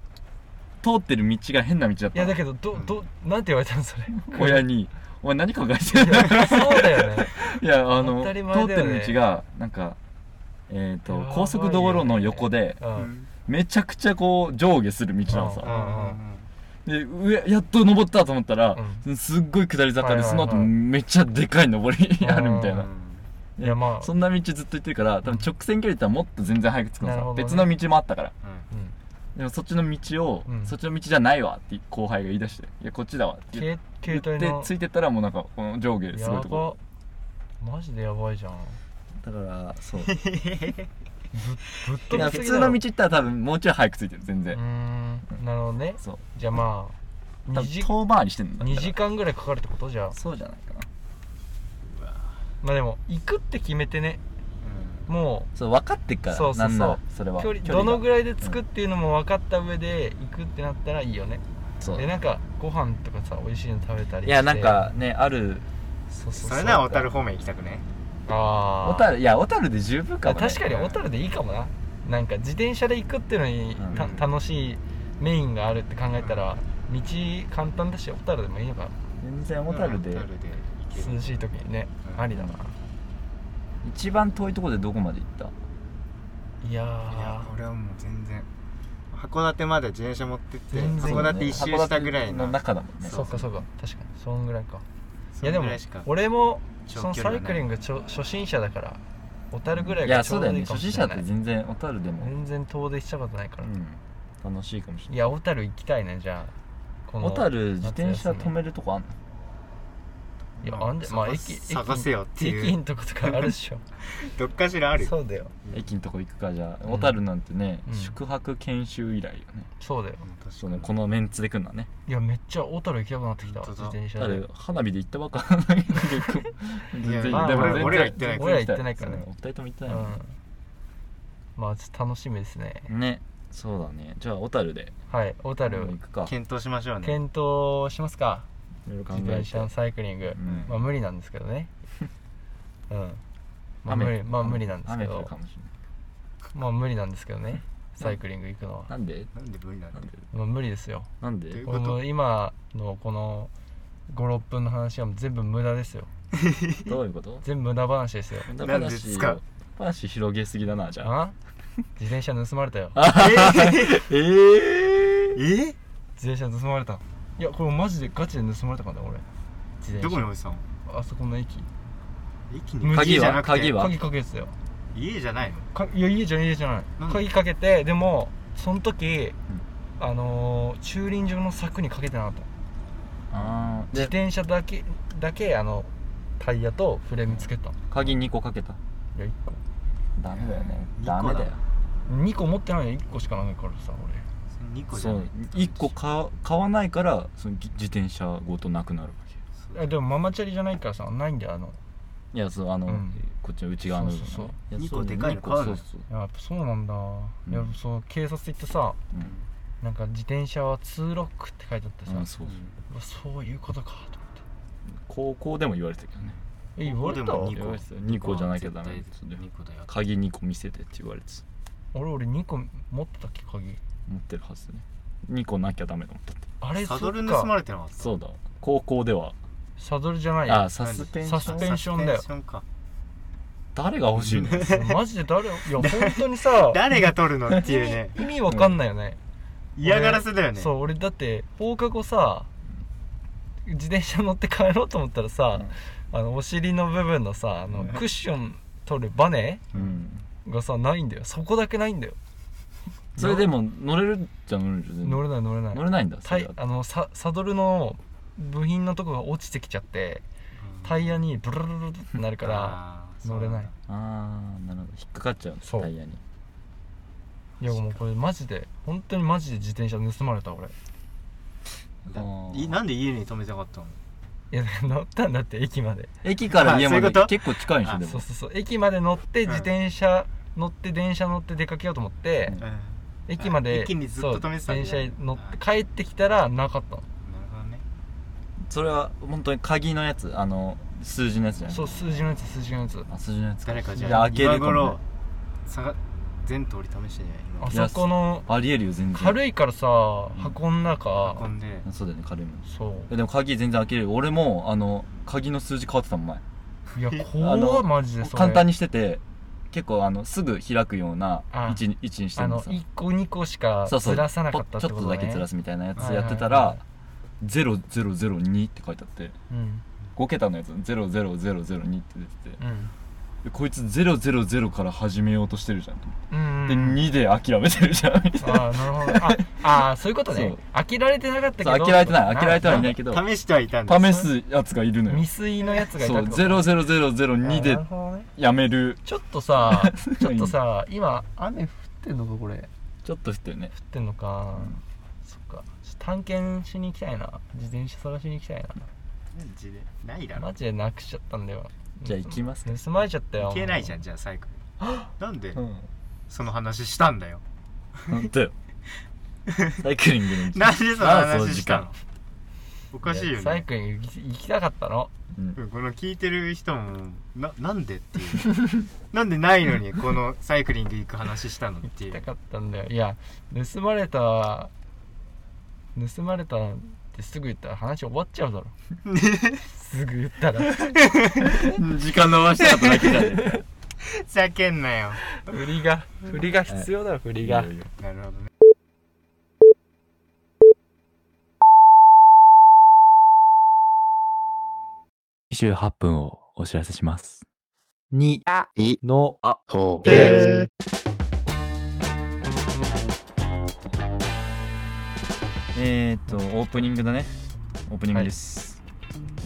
S2: 通ってる道が変な道だった
S4: いやだけ
S2: ど
S4: どどどなんて言われたのそれ
S2: 親に「お前何考えてん
S4: い
S2: の?」
S4: やそうだよね
S2: いやあの、
S4: 当たり
S2: 通
S4: 前
S2: っ
S4: だ
S2: て
S4: よね
S2: る道がなんかえっ、
S4: やば
S2: と
S4: いよね
S2: 高速道路の横で
S4: うん、
S2: めちゃくちゃこう上下する道なの
S4: う
S2: さ、
S3: うん
S2: で上やっと登ったと思ったら、すっごい下り坂
S4: はい
S2: で
S4: はいはい
S2: その後めっちゃでかい登り あるみたい
S3: うん
S2: な、
S4: いやまあ
S2: そんな道ずっと行ってるから多分直線距離だったらもっと全然早く着くの
S4: な
S2: さ、
S4: るほどね
S2: 別の道もあったから
S3: うん
S4: うん
S2: でもそっちの道を、
S4: うん
S2: そっちの道じゃないわって後輩が言い出して「いやこっちだわ」って言って
S4: 携携帯
S2: で
S4: の
S2: ついてったらもうなんかこの上下す
S4: や
S2: ごいとこ
S4: ばマジでやばいじゃん
S2: だから そういや
S4: ぶっ飛びす
S2: 普
S4: ぎだ
S2: 通の
S4: ろ
S2: 道行ったら多分もうちょい早く着いてる全
S4: うー
S2: 然、
S4: んなるほどね
S2: そう
S4: じゃあまあ
S2: 多
S4: 2時
S2: 分遠回りしてんのだった
S4: 2
S2: ら
S4: 時間ぐらいかかるってことじゃあ
S2: そうじゃないかな
S4: まあでも行くって決めてねも
S2: そう分かってっから
S4: そうそうそ
S2: な
S4: う
S2: んならそれ
S4: う
S2: は
S4: 距離どのぐ
S2: らい
S4: らいで着くっていうのも分かった上で行くってなったらいいよね
S2: そう
S4: でなんかご飯とかさ美味しいの食べたりして
S2: いやなんかねある
S4: そうそう
S3: そ
S4: そう
S3: れなら小樽方面行きたくね
S4: あ
S2: 小
S4: ー
S2: 樽いや小樽で十分かも、ね、
S4: 確かに小樽でいいかもななんか自転車で行くっていうのに、た
S3: うん
S4: 楽しいメインがあるって考えたら道簡単だし小樽でもいいのか
S2: 全然小樽で
S3: 小樽で行け
S4: な涼
S3: る
S4: しい時にね、
S3: うん
S4: ありだな
S2: 一番遠いところでどこまで行った
S4: いや
S3: いや
S4: ー
S3: 俺はもう全然函館まで自転車持ってって
S4: 全然
S3: 函館一周したぐら
S2: 函
S3: い
S2: 館の
S3: の
S2: 中だもんね
S4: そっかそっか確かにそんぐらいかいやで
S3: そん
S4: も
S3: ぐらいしか
S4: 俺も
S3: 長
S4: その
S3: 距
S4: サ
S3: 離はない
S4: イクリングちょ初心者だから小樽ぐらい
S2: いや
S4: がち
S2: そ
S4: ょ
S2: う
S4: う
S2: だ
S4: ど
S2: よ
S4: いい
S2: ね
S4: か
S2: 初心
S4: もし
S2: 者
S4: れ
S2: だ
S4: な
S2: って
S4: い
S2: 全然小樽でも、
S4: 全然遠出したことないから、
S2: うん、楽しいかもしれ
S4: い
S2: ない
S4: や小樽行きたいねじゃあこの
S2: 小樽自転車
S4: 夏休
S2: 止
S4: み
S2: めるとこあんの
S4: いやあんでまあ駅駅
S3: 探せよっていう
S4: 駅んとことかあるでし ょ
S3: どっかしらあるよ
S4: そうだよ
S3: うん
S2: 駅のとこ行くかじゃあ
S4: うん
S2: 小樽なんてね、
S4: うん
S2: 宿泊研修以来よね
S4: そうだよ
S3: うん確かに
S2: そのこのメンツで来るのはね
S4: いやめっちゃ小樽行きたくなってきた
S3: 本
S4: 自
S3: 当だ
S4: 転
S2: だ
S4: 車
S2: っ
S4: で
S2: て花火で行ったばっかなんだけど全然
S3: いや
S2: でも
S3: まあ
S2: 全然
S3: 俺ら行ってない
S4: 俺ら行ってないからね
S2: そうお二人とも行って
S4: う
S2: ないもん
S4: んまあちょっと楽しみですね
S2: ねそうだねじゃあ小樽で
S4: はい小樽
S2: 行くか
S3: 検討しましょうね
S4: 検討しますか
S2: いろいろ考
S4: 自
S2: え
S4: 転
S2: て
S4: 車のサイクリング
S2: うん
S4: まあ無理なんですけ どねうんまあ無理
S2: 雨
S4: まあ無理なんですけ
S2: 雨降る
S4: ど
S2: かもしれない
S4: まあ無理なんですけどねサイクリング行くの
S2: な
S4: は
S2: んで
S3: なんで無理な んだ
S2: なんで
S4: まあ無理ですよ
S2: なん
S3: とい
S2: で
S3: うこ
S4: 俺もう今のこの56分の話はもう全部無駄ですよ
S2: どういうこと
S4: 全部無駄話ですよ
S2: 無駄
S3: なんで
S2: 話
S3: 使
S2: を
S3: う
S2: 話広げすぎだなじゃあ
S4: あ自転車盗まれたよ
S2: えー
S3: え
S4: 自転車盗まれたのいやこれマジでガチで盗まれたからね俺自転車
S3: どこに置いてたの
S4: あそこの駅
S3: 駅に
S4: 無
S2: 鍵
S3: じゃ
S2: は
S3: なくて
S2: 鍵は
S4: 鍵かけてたよ
S3: 家じゃないの
S4: かいや家じゃない家じゃない
S3: なんで
S4: 鍵かけてでもその時、あのー駐輪場の柵にかけてなかった
S2: あー
S4: 自
S2: で
S4: 転車だけだけあのタイヤとフレームつけたい
S2: 鍵2個かけた
S4: や1個
S2: ダメだよね
S3: 二個
S2: ダ
S3: だ
S2: メだよ
S4: 2個持ってないの1個しかないからさ
S3: その2個じ
S2: そ
S3: ゃな
S2: う
S3: い
S2: 1個か買わないからそのぎ自転車ごとなくなるわけ
S3: そう
S4: 俺えでもママチャリじゃないからさないんだよあの
S2: いやそうあの、
S4: うん
S2: こっちの内側の部分、ね、
S4: そうそう
S2: いや
S3: 二個
S2: そう
S3: でかいの
S2: 二個
S3: 買う
S2: そ
S3: の
S2: うそう、
S4: いややっぱそうなんだ、いや
S2: うん
S4: そう警察行ってさ
S2: うん
S4: なんか自転車はツーロックって書いてあってさ、
S2: うん、そうそう
S4: うわそういうことかと思って
S2: 高校でも言われてたけどね
S4: え言われた
S3: ここでも
S2: 言
S3: 二個
S2: われてた2個じゃなきゃダメ
S3: 絶対二個だよ
S2: 鍵2個見せてって言われてた
S4: 俺俺2個持ってたっけ鍵
S2: 持ってるはずね2個なきゃダメだもんだって
S4: あれ
S3: サドル
S4: そっ
S3: 盗
S4: か
S3: まれてなかった
S2: そうだ高校では、
S4: サドルじゃない
S2: あ
S4: よ
S2: サスペンシ
S4: サス
S2: ョン
S4: ペンションだよ
S3: サスペンションか
S2: 誰が欲しいの
S4: マジで誰い や本当にさ
S3: 誰が取るのってい うね
S4: 意味わかんないよね、
S3: 嫌がらせだよね
S4: そう俺だって放課後さ自転車乗って帰ろうと思ったらさ、あのお尻の部分のさあのクッション取るバネ
S2: うん
S4: がさないんだよそこだけないんだよ
S2: それでも乗れるじゃ乗れるじゃん全然
S4: 乗れない乗れない
S2: 乗れないんだそ
S4: タ
S2: れ
S4: イ
S2: は
S4: あのササドルの部品のとこが落ちてきちゃってタイヤにブルルルルってなるから
S3: あー
S4: 乗れない
S2: あーなるほど引っかかっちゃうの
S4: そう
S2: タイヤに
S4: いやもうこれマジで本当にマジで自転車盗まれた俺い
S3: そうなん
S2: あ
S3: だい
S2: ー
S3: なんで家に止めたかったの
S4: や乗ったんだって駅まで
S2: 駅から家ま
S3: あそ
S2: で
S3: ういうこと
S2: 結構近いんでしょ
S3: あ
S2: で
S4: そ
S2: も
S4: うそうそう駅まで乗って
S3: うん
S4: 自転車乗って電車乗って出かけようと思って
S2: うん
S4: 駅まで
S3: 駅にずっと
S4: そう
S3: 止めてたんだ
S4: 電車に乗って帰ってきたらなかったの
S3: なるほどね
S2: それは本当に鍵のやつあの数字のやつじゃない
S4: そう数字のやつ数字のやつ
S2: あ数字のやつ
S3: 誰か
S2: じ
S3: じ
S2: ゃ
S3: ゃ
S2: あ
S3: あ
S2: 開けるかも
S3: 今頃探全通り試してんじゃない
S4: あそこの
S2: ありえるよ全然い
S4: 軽いからさ箱の
S3: 今
S4: 中
S3: 運んで
S2: そうだよね軽いもん
S4: そう
S2: えでも鍵全然開けれる俺もあの鍵の数字変わってたもん前
S4: い
S2: あ
S4: や怖
S2: の
S4: っマジでそれ
S2: 簡単
S4: に
S2: にしてて結構あのすぐ開くような
S4: あ
S2: 位置に位置にして
S4: あ
S2: るの
S4: の
S2: さ
S4: 1個2個しか
S2: そうそう
S4: ずらさなかったって
S2: ち
S4: こ
S2: ょ
S4: と
S2: っと
S4: ね
S2: だけずら
S4: す
S2: すみたいなやつ
S4: はいはい
S2: や
S4: はい
S2: ってたら0002って書いてあって
S4: うん
S2: 5桁のやつ00002って出てて
S4: うん
S2: でこいつ000から始めようとしてるじゃんと思って
S4: うん
S2: で2で諦めてるじゃんみ たいな
S4: ああなるほどああーそういうこと
S2: そ
S4: ね
S2: う
S4: 開けられてなかったけ
S2: そう
S4: ど
S2: 開けられてない開けられてはい
S4: な
S2: ないけど
S3: 試してはいたんだ
S2: 試すやつがいるのよ
S4: 未遂のやつがい
S2: そ
S4: た
S2: う
S4: ってこと
S2: 00002
S4: あー
S2: で
S4: なるほどね
S2: やめる
S4: ちょっと さちょっとさ今雨降ってんのかこれ降っ
S2: ちょっとしてるね
S4: てんのか、そっかちょっと探検しに行きたいな自転車探しに行きたい
S3: マジでないだ
S4: な
S3: ろ
S4: マジでなくしちゃったんだよ
S2: じゃあ行きますか
S4: 盗まれちゃったよ
S3: いけないじゃ
S4: ん
S3: んじゃあサイクルなんで
S2: うん
S3: その話したんだよ
S2: 本当よサイクリングの道
S3: なんでその
S2: ああそう
S3: 話したのお
S4: お
S3: かしいよ
S4: サイ
S3: ね
S4: クリング行き行きたかったの
S2: うん
S3: うんこの聞いてる人もななんでっていうなんでないのにこのサイクリング行く話したのっ
S4: 行
S3: て
S4: き
S3: い
S4: た
S3: う
S4: かったんだよいや盗まれた盗まれたってすぐ言ったら話終わっちゃうだ ろすぐ言ったら
S2: 時間伸ばしたかっただけじゃ ね
S3: 叫けんなよ
S4: 振りが振りが必要だろ振りが
S3: なるほどね
S1: 28分をお知らせします。
S5: に、の、あ、
S6: ほう。
S5: で、
S2: えーっとオープニングだねオープニングです、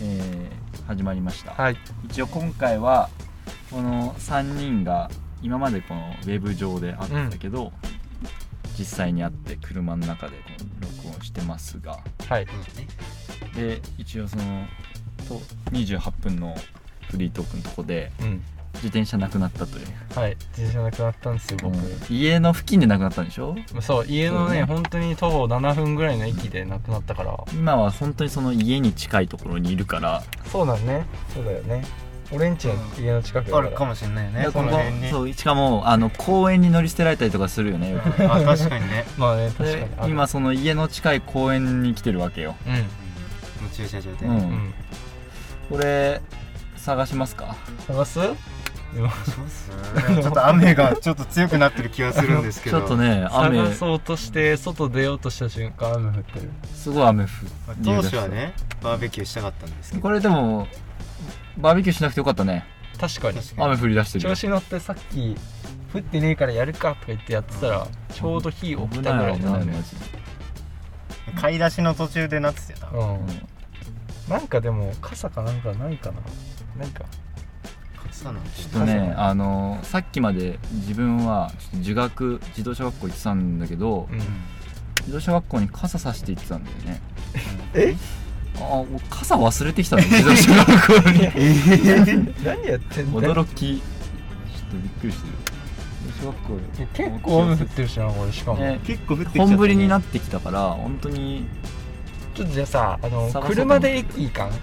S2: えー始まりました、
S4: はい
S2: 一応今回はこの3人が今までこのウェブ上で会ってたけど、実際に会って車の中でこう録音してますが
S4: はい
S2: で一応そのと28分のフリートークのとこで
S4: うん
S2: 自転車なくなったという、
S4: はい自転車なくなったんですよ僕、
S2: 家の付近でなくなったんでしょ
S4: そう家
S2: そ
S4: の
S2: う
S4: ね
S2: ね
S4: 本当に徒歩7分ぐらいの駅でなくなったから
S2: 今は本当にその家に近いところにいるから
S4: そうだねそうだよね俺んちの家の近くだ
S3: あ
S4: から
S3: るかもしれないよね
S2: で
S3: この辺
S2: こ
S3: ね
S2: そうしかもあの公園に乗り捨てられたりとかするよねよく
S3: あ確かにね
S4: まあね確か
S2: で
S4: にある
S2: 今その家の近い公園に来てるわけよ
S3: もう駐 車場で、
S2: うん
S4: うん、うん、
S2: これ探しますか
S4: 探す
S3: そうっすねちょっと雨がちょっと強くなってる気がするんですけ
S2: ち
S3: ど
S2: ょっとね雨
S4: 探そうとして外出ようとした瞬間雨降ってる
S2: すごい雨降
S3: まあ
S2: り
S3: 当
S2: 出した
S3: 初はねバーベキューしたかったんですけど
S2: これでもバーベキューしなくてよかったね
S4: 確かに
S3: 確かに
S2: 雨降り出してる
S4: 調子乗ってさっき降ってねえからやるかとか言ってやってたらちょうど火起きたぐらいの
S2: 危
S4: 雨
S2: ないマジで
S3: 買い出しの途中でなってたよな
S4: うんなんかでも傘かなんかないかななんか
S3: 傘なんて
S2: ちょっとねあのさっきまで自分はちょっと自学自動小学校行ってたんだけど、
S4: うん
S2: 自動小学校に傘さして行ってたんだよね
S4: え
S2: あもう傘忘れてきたの自動小学校に
S4: 何やってんだよ
S2: 驚きちょっとびっくりしてる小学校
S4: 結構雨降ってるしなこれしかも、
S2: ね
S3: 結構降ってきちゃった
S2: 本降りになってきたから本当に
S4: ちょっとじゃあさあの
S2: 探そうと思
S4: 車
S2: って
S4: で駅行かん
S3: 車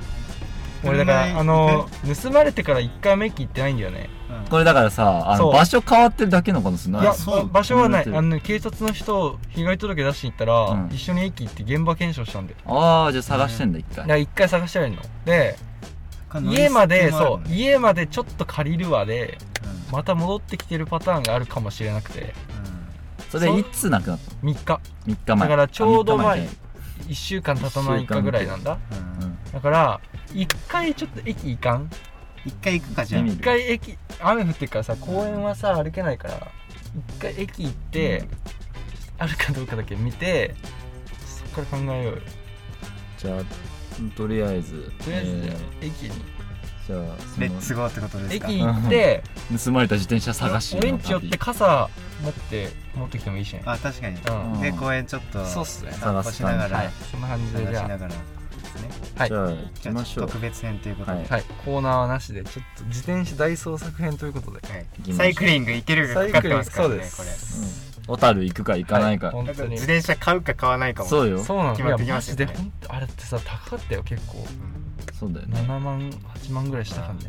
S4: 俺だから
S3: で
S4: あの盗まれてから一回目駅行ってないんだよね
S2: これだからさあ
S4: そ
S2: の
S4: う
S2: 場所変わってるだけの可能性ない
S4: いや
S3: そう
S4: ば場所はない
S2: 止められ
S4: あ
S2: てる
S4: のね警察の人被害届出しに行ったら、
S2: うん
S4: 一緒に駅行って現場検証したんだよ
S2: ああじゃあ探してんだ一回、
S4: だから一回探してやるので家までそう家までちょっと借りるわでまた戻ってきてるパターンがあるかもしれなくて
S2: それいつなくなったの
S4: 3日
S2: 3日前
S4: だからちょうど前
S2: あ三日
S4: 1週間経たないかぐらいなんだ
S2: 前うん
S4: だから1回ちょっと駅行かん
S3: 一回行くかじゃあ
S2: 見
S4: 1回駅雨降ってるからさ公園はさ歩けないから1回駅行って、あるかどうかだけ見てそこから考えようよ
S7: じゃあとりあえず
S4: とりあえずじゃあ
S7: え
S4: 駅に
S7: ーじゃあそ
S2: レッツ
S7: の
S2: ゴーってことです
S4: 駅
S2: か
S4: に行って
S8: 盗まれた自転車探しの
S4: オ
S8: 旅
S4: レンジ寄って傘持って持ってきてもいいしね
S2: あ確かに
S4: うん
S2: で公園ちょっと
S4: そうっすね
S2: 散歩しながら
S4: はいそんな感じ
S2: 探
S4: で
S2: し
S4: じゃ
S2: ながらですね
S4: はい
S7: じゃあ行き
S2: じゃあ
S7: ま
S2: ち
S7: し
S2: ょ
S7: ょう
S2: っと特別編ということ
S7: は
S2: で
S7: い
S4: あはいコーナーはなしでちょっと自転車大捜索編ということで
S7: 行きましょう
S2: サイクリング行けるかかかってますから
S4: サイクリングそうで
S2: ねこれ
S4: す
S7: うん小樽行くか行かないか、
S4: は本
S2: 自
S4: 当に
S2: 転車買うか買わないかも
S7: そうよ
S4: そうなの
S2: 決まって
S4: い
S2: き
S4: やマ
S2: ますよ
S4: ジ
S2: ね
S4: で本当あれってさ高かったよ結構
S7: そうだよね
S4: 7万8万ぐらいしたからね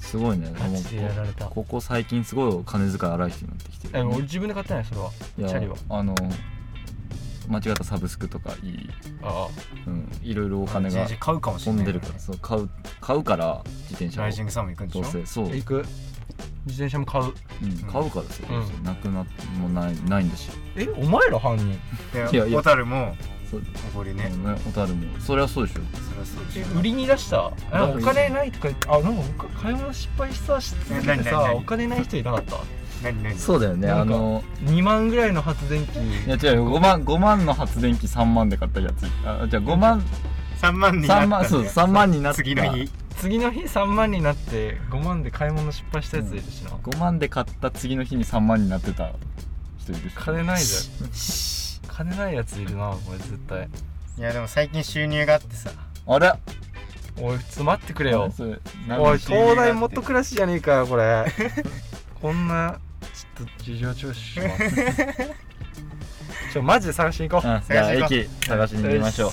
S7: すごいね
S4: マジでやられた
S7: こここ最近すごいお金遣い荒い人になってきてる
S4: え俺自分で買ってないそれはい
S7: や
S4: チャリは
S7: あの間違ったサブスクとかいい、
S4: ああ
S7: うん、いろいろお金
S2: 自
S7: が
S2: 転車買うかもし
S7: 飛
S2: れない
S7: んでるからそう買う買うから自転車
S2: ライジン
S7: を
S2: グさんも行くんでし
S7: ど
S2: ょ
S7: うせそう、
S4: 行く自転車も買う
S7: うん、買うからそう
S4: うん
S7: そうなくなってもうないないんだし
S4: えお前ら犯人
S7: いや
S2: で
S7: いや
S2: 小樽も
S7: そう
S2: おごりね
S7: もうね小樽もそれはそうでしょ
S2: そりゃそう
S4: え
S2: でしょ
S4: 売りに出した
S7: な
S4: あ
S7: んか
S4: お金ないとか言ってあなんかお金買い物失敗したしって
S2: 何何
S4: さ
S2: 何
S4: お金ない人いなかった
S2: 何何
S7: そうだよね
S4: な
S7: あ
S4: んか
S7: の
S4: 2万ぐらいの発電機
S7: いや違うよ5万5万の発電機3万で買ったやつあじゃあ5万
S2: 3万にな
S7: 3
S2: った
S7: 万
S2: んだ
S7: そう
S2: よ
S7: 3万になった
S2: 次の日
S4: 次の日3万になって5万で買い物失敗したやついるしな、
S7: 5万で買った次の日に3万になってた人いる
S4: 金ないじゃん金ないやついるなこれ絶対
S2: いやでも最近収入があってさ
S7: あれ
S4: おいちょっと待ってくれよ
S7: それ
S4: おい
S2: 収入
S4: 東
S2: があって
S4: 大元暮らしじゃねえかよこれこんなちょっと事情聴取します ちょマジで探しに行こう
S7: うんじゃあ
S2: 探し
S7: 駅探しに行きましょう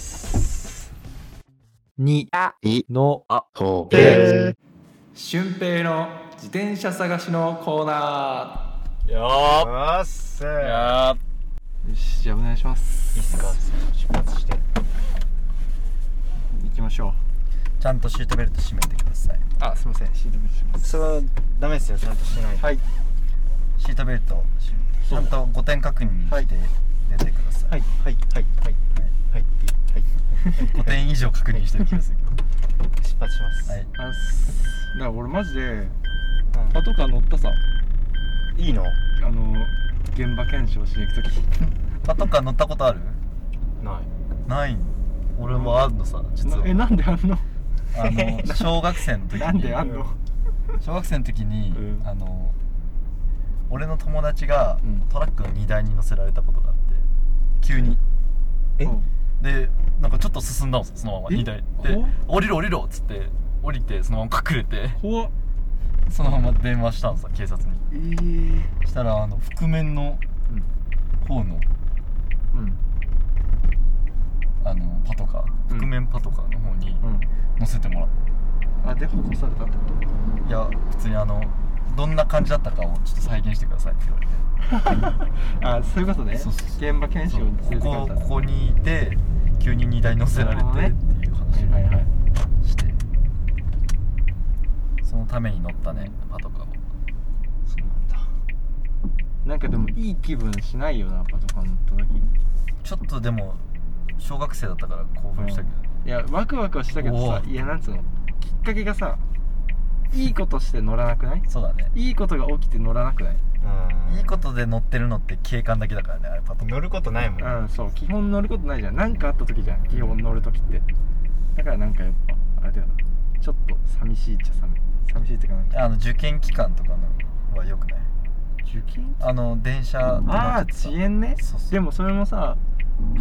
S9: にあいのあ
S3: ほ
S9: で
S4: 俊平の自転車探しのコーナ
S2: おっす
S7: あ
S4: ーよしじゃあお願いしますいいっすか出発して行きましょ
S2: ちゃんとシートベルト締めてくださいう
S4: あすいませんシートベルトします
S2: それはダメですよちゃんとしてないと
S4: はい
S2: シートベルトちゃんと5点確認して出てください
S4: はいはいはいはい
S2: はい5点以上確認してる気がする
S4: 出発し ます
S2: はい
S4: あっすだから俺マジでパトカー乗ったさ
S2: いいの
S4: あの現場検証しに行くとき
S2: パトカー乗ったことある
S4: な
S2: ないの俺もあるのさ実は
S4: えなんであんの
S2: あの小学生の時に
S4: なんであんの
S2: 小学生の時に、
S4: うん
S2: あの俺の友達が
S4: うん
S2: トラックの荷台に乗せられたことがあって急に
S4: え
S2: でなんかちょっと進んだのさそのまま荷台
S4: え
S2: で
S4: 怖っ
S2: 「降りろ降りろ」っつって降りてそのまま隠れて
S4: 怖っ
S2: そのまま電話したのさ警察に
S4: えー
S2: したらあの覆面の方の
S4: うん
S2: あのパトカ
S4: う
S2: ー
S4: ん
S2: 覆面パトカーの方に
S4: うん
S2: 乗せてもらっ
S4: あで保護されたってこと
S2: た、いや普通にあのどんな感じだったかをちょっと再現してくださいって言われて
S4: あそういうことね
S2: そうそうそう
S4: 現場検
S2: そ
S4: 証
S2: う
S4: に連れてかれ
S2: こ
S4: た
S2: こここにいて急に荷台乗せられてっていう話
S4: はいはいはい
S2: をしてそのために乗ったねパトカーを
S4: そうなんだなんかでもいい気分しないよなパトカー乗った時
S2: ちょっとでも小学生だったから興奮したけど、
S4: いやワクワクはしたけどさ
S2: おー
S4: いやなんつうのきっかけがさいいことして乗らなくない
S2: そうだね
S4: いいことが起きて乗らなくない
S2: いいことで乗ってるのって警官だけだからねあれパトカー乗ることないも
S4: うんそう基本乗ることないじゃん何かあった時じゃん基本乗る時ってだからなんかやっぱあれだよなちょっと寂しいっちゃ寂寂しいっていうかなんか
S2: あの受験期間とかのはよくない
S4: 受験
S2: あの電車
S4: ああ
S2: 止まってさ
S4: 遅延ね
S2: そうそう
S4: でもそれもさ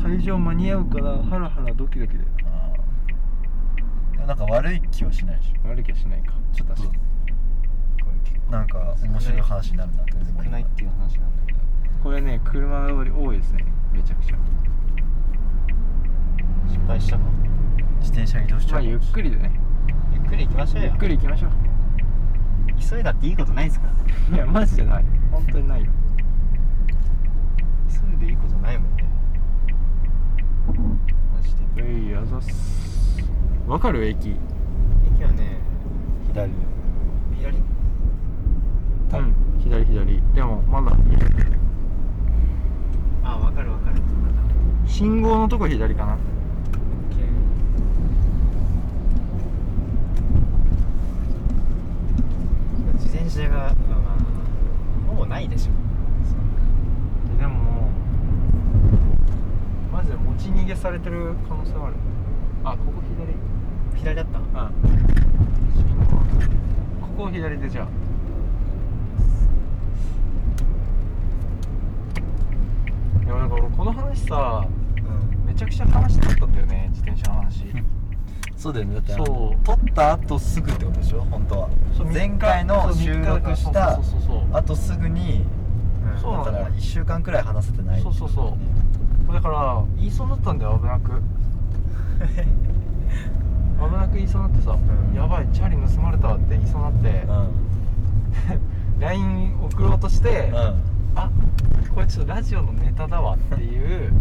S4: 会場間に合うからハラハラドキドキで
S2: あーでもなんか悪い気はしないでしょ
S4: 悪い気はしないか
S2: ちょっとなんか面白い話になるなと思う
S3: ていう話なんだけど
S4: これね車の通り多いですねめちゃくちゃ
S3: 失敗したか
S2: 自転車移動しち
S4: ま
S2: ゃ
S4: あ
S2: う
S4: ゆっくりでね
S3: ゆっくり行きましょう
S4: ゆっ
S3: よ
S4: くり行きましょう
S3: 急いだっていいことないですからね
S4: いや マジでない本当にないよ
S3: 急いでいいことないもんねマジで
S4: えいやざっすわかる駅
S3: 駅はね
S2: 左
S3: 左
S4: 多分左左でもまだ
S3: あ分かる分かる
S4: 信号のとこ左かな
S3: 自転車がまあまあほぼないでしょ
S4: でもち逃げされてる可能性はあるあここ左
S3: 左だった
S4: あここを左でじゃあいやなんか俺この話さ
S3: うん
S4: めちゃくちゃ話したかったんだよね自転車の話
S2: そうだよねだってあの
S4: そう
S2: 撮った後すぐってことでしょ本当は
S4: そう
S2: 前回の
S4: そう
S2: 収録した
S4: そうそうそう
S2: あとすぐに
S3: うん
S4: そう
S2: だか
S4: なんだ
S2: ら1週間くらい話せてない
S4: そうそうそうだから言いそうになったんだよ危なく危なく言いそうになってさ「
S3: うん
S4: やばいチャリ盗まれた」って言いそうになって
S2: うん
S4: LINE 送ろうとして
S2: う
S4: 「
S2: ん
S4: あこれちょっとラジオのネタだわ」っていう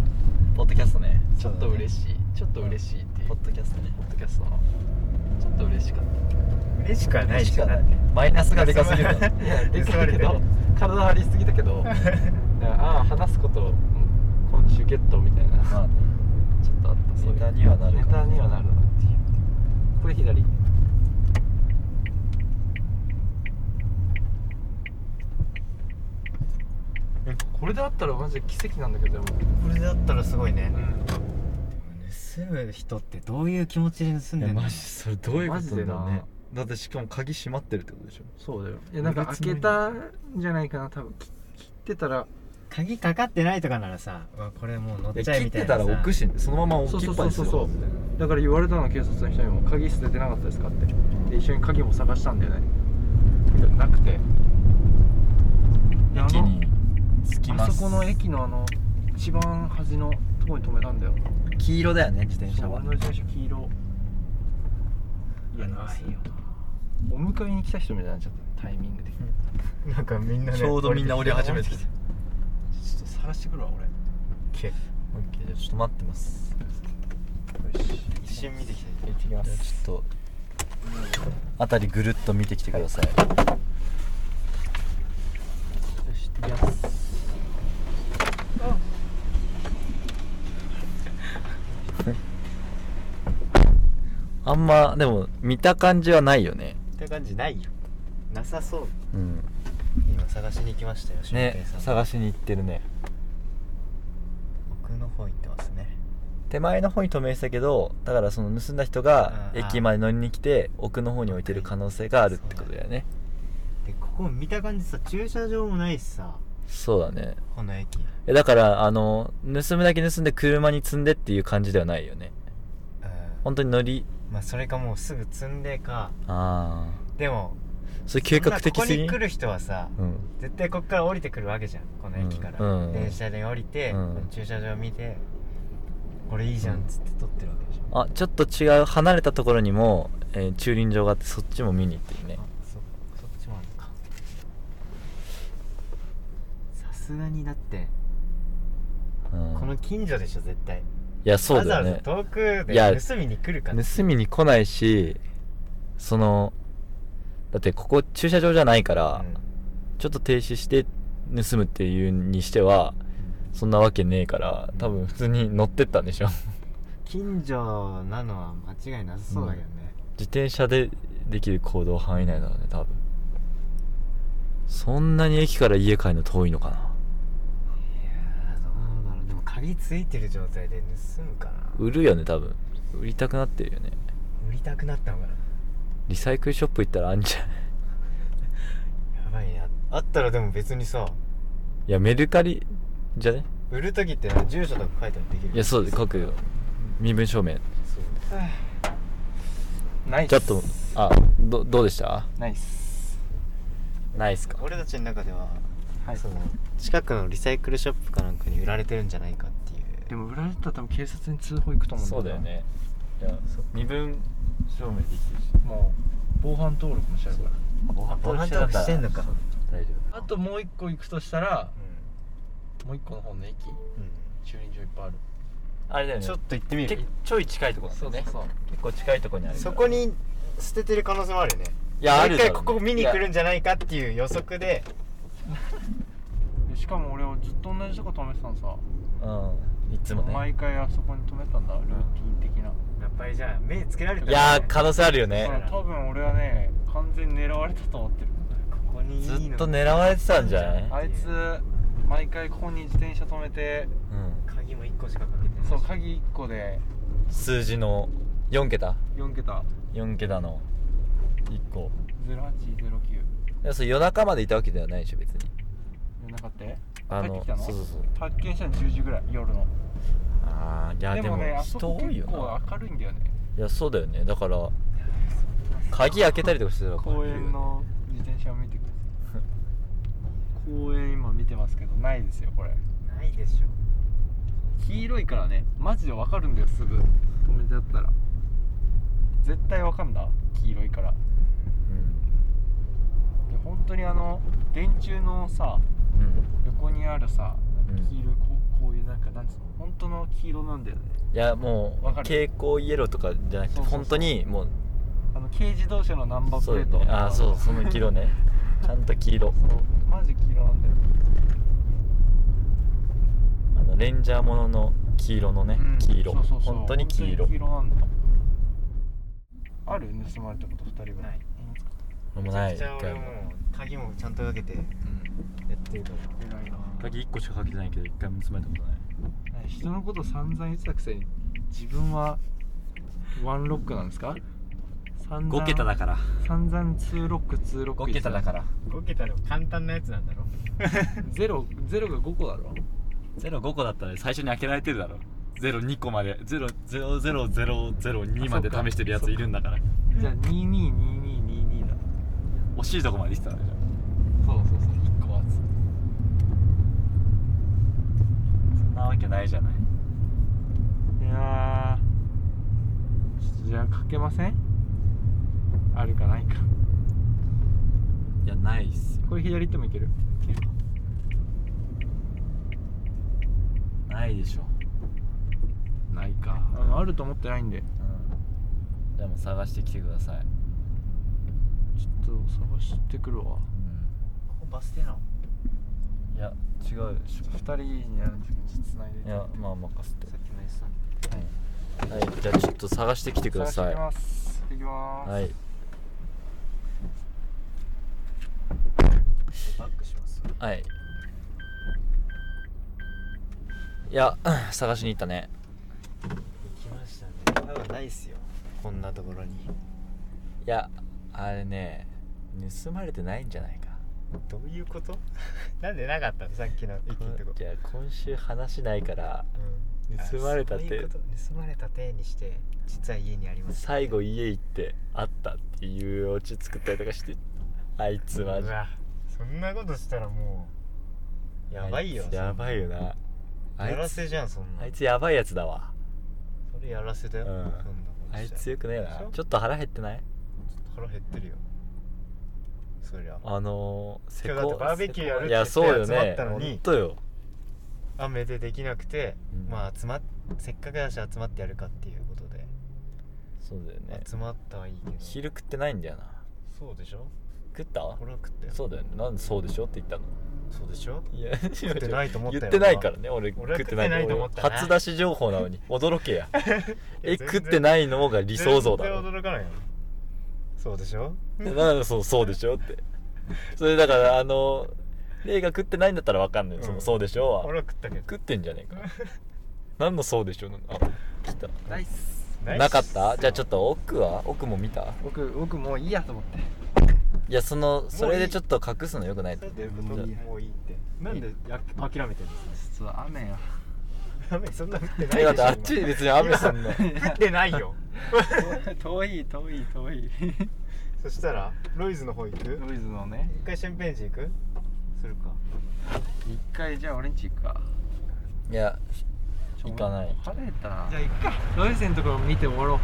S2: ポッドキャストね
S4: ちょっと嬉
S2: い
S4: しいちょっと嬉しいっていう
S2: ポッドキャストね
S4: ポッドキャストのちょっと嬉しかっ
S3: 嬉しくはない
S2: 嬉し
S3: し
S2: か
S3: か
S2: な
S3: ないい
S2: マイナスがでか すぎる
S4: たいやでかいけ
S3: 盗
S4: ど
S3: まれ
S4: 体張りすぎたけどだからああ話すことうん今週ゲットみたいな
S2: まあね
S4: ちょっとあったそういう
S2: ネタにはなる
S4: ネ
S2: かも
S4: タにはなるなっていうこれ左えこれであったらマジで奇跡なんだけどでも
S3: これだったらすごいね
S4: う
S3: 盗む人ってどういう気持ちで盗ん
S2: い
S3: で
S2: や
S3: んの
S2: マジそれどういうことだろう
S4: マジで
S2: ね
S4: な
S2: だってしかも鍵閉まってるってことでしょ
S4: そうだよいやなんか開けたんじゃないかな多分き切ってたら
S3: 鍵かかってないとかならさうわこれもう乗っ
S2: いや
S3: ちゃえ
S2: 切っ
S3: みた
S2: て
S3: い
S2: た
S3: な
S2: ら
S3: さ
S2: 置くしそのまま置きっぱにする
S4: そうそうそうだから言われたの警察の人にも鍵捨ててなかったですかってで一緒に鍵も探したんだよねけどなくてであ
S10: 駅
S4: の
S10: に着き
S4: あ
S10: ます
S4: そこの駅のあの一番端のとこに止めたんだよ
S2: 黄色だよね自転
S4: そ
S2: 車
S4: う
S2: は
S4: 俺の自転車黄色いやないよお迎えに来た人みたいになっちゃったタイミングで、ち
S3: なんかみんなね
S2: ちょうどみんな降り始めてきて
S4: ょっと探してくるわ俺
S3: け
S2: オッケーじゃあちょっと待ってます
S3: 一瞬見てきて
S2: 行ってきますちょっと辺りぐるっと見てきてください、あんまでも見た感じはないよね
S3: って感じないよなさそう
S2: うん
S3: 今探しに行きましたよ俊
S2: ね
S3: 平さん、
S2: 探しに行ってるね
S3: 奥の方行ってますね
S2: 手前の方に止めてたけどだからその盗んだ人が
S3: うん
S2: 駅まで乗りに来て奥の方に置いてる可能性があるってことだよね
S3: でここ見た感じさ駐車場もないしさ
S2: そうだね
S3: この駅
S2: えだからあの盗むだけ盗んで車に積んでっていう感じではないよね
S3: うん
S2: 本当に乗り
S3: まあそれかもうすぐ積んでか
S2: ああ
S3: でも
S2: それ計画的す
S3: そんなここ
S2: ぎ
S3: に来る人はさ
S2: うん
S3: 絶対こっから降りてくるわけじゃんこの駅から、
S2: うんうん
S3: 電車で降りて、
S2: うん
S3: 駐車場見てこれいいじゃんっつって撮ってるわけでしょ、
S2: あちょっと違う離れたところにも、えー駐輪場があってそっちも見に行ってるね
S3: あそそっちもあるのかさすがにだって、
S2: うん
S3: この近所でしょ絶対
S2: いやそうだよ
S3: わ
S2: ね
S3: ざわざ遠く
S2: いや
S3: で盗みに来るから
S2: 盗みに来ないしそのだってここ駐車場じゃないから、
S3: うん
S2: ちょっと停止して盗むっていうにしてはそんなわけねえから多分普通に乗ってったんでしょ
S3: 近所なのは間違いなさそうだけどね、
S2: 自転車でできる行動範囲内だろうね多分そんなに駅から家帰るの遠いのかない
S3: やーどうだろうでも鍵ついてる状態で盗むかな
S2: 売るよね多分売りたくなってるよね
S3: 売りたくなったのかな
S2: リサイクルショップ行ったらあんじゃん
S3: やばいねああったらでも別にさ
S2: いやメルカリじゃね
S3: 売る時ってな住所とか書いたらできる
S2: いやそう書くよ身分証明
S3: そう
S4: ナイス
S2: ちょっとあどどうでした
S4: ナイス
S2: ないっすか
S3: 俺たちの中では、
S4: はい
S3: その近くのリサイクルショップかなんかに売られてるんじゃないかっていう
S4: でも売られたら多分警察に通報行くと思うん
S2: そうだよねいや身分証明できてるし
S4: もう防犯登録もしちゃうから
S2: 防
S3: あ防犯登録してんのか
S2: 大丈
S4: あともう一個行くとしたら
S3: う
S4: もう一個の方の駅
S3: ん、う
S4: 駐輪場いっぱいある
S2: あれだよ
S3: ん、
S2: ね
S3: ちょっと行ってみる
S2: けちょい近いとこなんだよね
S4: そう
S2: 結構近いとこにあるから
S3: そこに捨ててる可能性もあるよね
S2: いやある
S3: 毎
S2: だろう
S3: 回
S2: ね
S3: ここ見に来
S2: いや
S3: るんじゃないかっていう予測で
S4: でしかも俺をずっと同じとこ止めてたのさ
S2: うんいつもね
S4: 毎回あそこに止めたんだルーティン的な
S3: やっぱりじゃあ目つけられた
S2: い
S3: ん
S2: や
S3: だね
S2: ー可能性あるよね
S4: だから多分俺はね完全に狙われたと思ってる
S3: ここにいい
S2: ず
S3: の
S2: っと狙われてたんじゃない
S4: あいつ毎回ここに自転車止めて
S2: うん
S3: 鍵鍵も1個しかかけてない
S4: そう鍵1個で
S2: 数字の4桁
S4: 4桁
S2: 4桁の1個
S4: 0809
S2: でそれ夜中までいたわけではないでしょ別に
S4: なかった
S2: あ
S4: 帰って
S2: の
S4: きたの
S2: そうそうそう
S4: 発見したの10時ぐらい夜の
S2: ああいやでも
S4: ねあそ
S2: 人
S4: こ
S2: 多い
S4: 結
S2: よ
S4: 構
S2: な
S4: 明るいんだよね
S2: いやそうだよねだから鍵開けたりとかしてたら
S4: 公園の自転車を見てください公園今見てますけどないですよこれ
S3: ないでしょ
S4: 黄色いからねマジでわかるんだよすぐ止めてあったら絶対わかんだ黄色いから
S2: うん
S4: で本当にあの電柱のさ
S2: うん
S4: 横にあるさな
S2: うん
S4: んか黄色いこうこういうなんかなんつうの本当の黄色なんだよね
S2: いやもう
S4: わかる
S2: 蛍光イエローとかじゃなくて
S4: そうそうそう
S2: 本当にもう
S4: あの軽自動車のナンバープ
S2: そう
S4: レ
S2: よ
S4: ート
S2: ねああそうその黄色 ねちゃんと黄色
S4: そうマジ黄色なんだよ
S2: あのレンジャーものの黄色のね、
S4: うん
S2: 黄色
S4: そうそうそう
S2: 本当に黄色
S4: 本当になんだある盗まれたこと2人ぐら
S3: ないい
S2: もうない
S3: めちゃくちゃ俺も鍵もちゃんとかけてやってるから
S4: 偉いな
S2: 鍵1個しかかけてないけど1回も盗まれたことない
S4: 人のこと散々言ってたくせに自分はワンロックなんですか散々
S2: 5桁だから
S4: 散々ツーロックツーロック
S2: 5桁だから
S3: 5桁でも簡単なやつなんだろ
S4: ゼロゼロが5個だろ
S2: 05個だったら最初に開けられてるだろ02個まで00002まで試してるやついるんだから
S4: じゃあ222222だ
S2: 惜しいとこまで行ってたわけじゃん
S4: そうそうそう1個はつ
S2: そんなわけないじゃない
S4: いやーちょっとじゃあかけませんあるかないか
S2: いやないっすよ
S4: これ左行ってもいける
S2: ないでしょ、
S4: ないかあると思ってないんで
S2: うん、でも探してきてください、
S4: ちょっと探してくるわ
S3: ここバス停なの
S2: いや違うでし
S4: 2人になる時にちょっとつないで
S2: ょいやまあ任せて
S3: さっきの S さん
S2: はいじゃあちょっと探してきてください
S4: 探してきます行ってきます
S2: はい
S3: バックします
S2: はいいや 探しに行ったね
S3: 行きましたね前はないっすよこんなところに
S2: いやあれね盗まれてないんじゃないか
S3: どういうこと なんでなかったのさっきの駅のとこ
S2: いや今週話ないから
S3: うん
S2: 盗まれたって
S3: あそういうこと盗まれたてにして実は家にあります
S2: 最後家行ってあったっていうオチ作ったりとかしてあいつ
S3: う
S2: マジ
S3: わそんなことしたらもうやばいよ
S2: あつやばいよな
S3: やら
S2: あいつ
S3: せじゃんそんな
S2: あいつやばいやつだわ
S3: それやらせだよ、
S2: うん
S3: そんなこと
S2: あいつ
S3: ちょっ
S2: よくねえな
S3: でしょ
S2: ちょっと腹減ってない
S3: と腹減ってるよそりゃ
S2: あのー、
S3: 今日だってバーベキューやるって言って
S2: いやそうよ
S3: 集まっ
S2: ね
S3: たのに
S2: ほんとよ
S3: 雨でできなくて、
S2: うん
S3: まあ集まっせっかくだし集まってやるかっていうことで、
S2: そうだよね
S3: 集まったはいいけど
S2: 昼食ってないんだよな
S3: そうでしょ
S2: 食った
S3: これは食ったよ
S2: そうだよねなんでそうでしょって言ったの
S3: そうでしょ
S2: いや食
S3: 食ってないと思ったよ
S2: 言ってないからね俺
S3: 俺は
S2: 食ってない
S3: 食ってないと思ったな
S2: 俺初出し情報なのに驚け や
S3: い
S2: え
S3: や全然
S2: 食ってないのが理想像だろ
S3: 全然驚かないよそうでしょ
S2: なんでそうそうでしょってそれだからあの映画食ってないんだったらわかんないよ、その
S3: うん
S2: そうでしょ
S3: 俺
S2: は
S3: は食ったけど
S2: 食ってんじゃねえか何のそうでしょなのあ来た
S4: ナイス
S3: ナイス
S2: なかったじゃあちょっと奥は奥も見た
S4: 僕僕もういいやと思って
S2: いやそのそれでちょっと隠すのよくない
S3: そういうこともういいってなんでや諦めてるの
S4: ちょっと雨が
S3: 雨そん な降ってない
S2: え
S3: でし
S2: だ
S3: ょ
S2: ってあっち別に雨そん な
S3: 今降ってないよ
S4: 遠い遠い遠い
S3: そしたらロイズの方行く
S4: ノイズのね
S3: 一回シェンペンジ行くするか
S4: 一回じゃあ俺んち行くか
S2: いや行かない
S4: 晴れたな
S3: じゃあ行くか
S4: ノイズのところ見て終わろう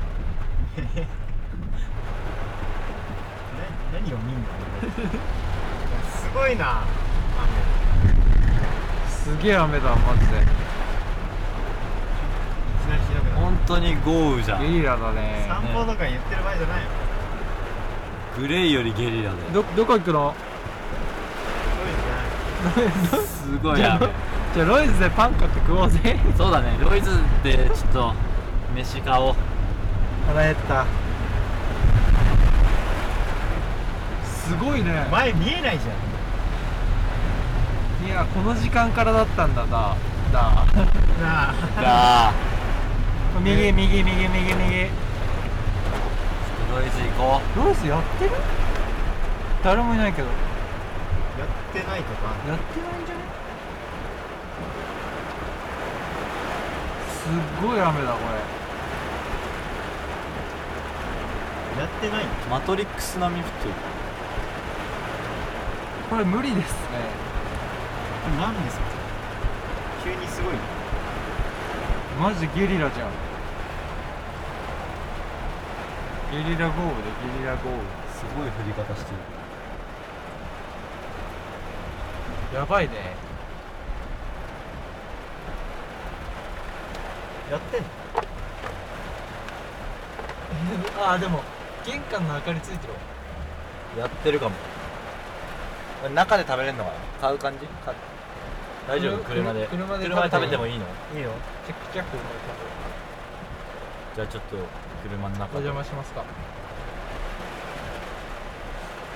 S3: 何を 見んのすごいな
S4: すげえ雨だマジで
S3: 雨いきなりひどくなっ
S2: 本当に豪雨じゃ
S4: ゲ
S2: ん
S4: リラだね
S3: た散歩とか言ってる場合じゃないよ
S2: グレーよりゲリラだよ
S4: どどこ行くの
S3: ロイズじゃない
S2: すごい雨
S4: じゃあロイズでパン買って食おうぜ
S2: そうだねロイズでちょっと飯買おう
S4: 腹減ったすごいね
S3: 前見えないじゃ
S4: いやこの時間からだったんだだだ
S3: な
S2: だ
S3: あ
S2: あ
S4: 右右右右右
S2: ドイツ行こ
S4: ロイスやってる誰もいないけどや
S3: やってないとか
S4: ってないんじゃないすっごい雨だこれ
S3: やってない
S2: う
S3: の
S2: マトリックス並み降ってる
S4: これ無理ですね
S3: これ何ですか急にすごい
S4: マジゲリラじゃんゲリラ豪雨でゲリラ豪雨
S2: すごい降り方してる
S4: やばいね
S3: やってんの
S4: ああでも玄関の明かりついてるわ
S2: やってるかもこれ中で食べれるのかな買う感じ買う大丈夫車で
S4: 車で
S2: 車で食べても
S4: いい
S2: いいの
S4: いいよチェックチェック車で
S2: じ
S4: 食べる
S2: ゃあちょっと車の
S4: お
S2: 中で
S4: 邪魔しますか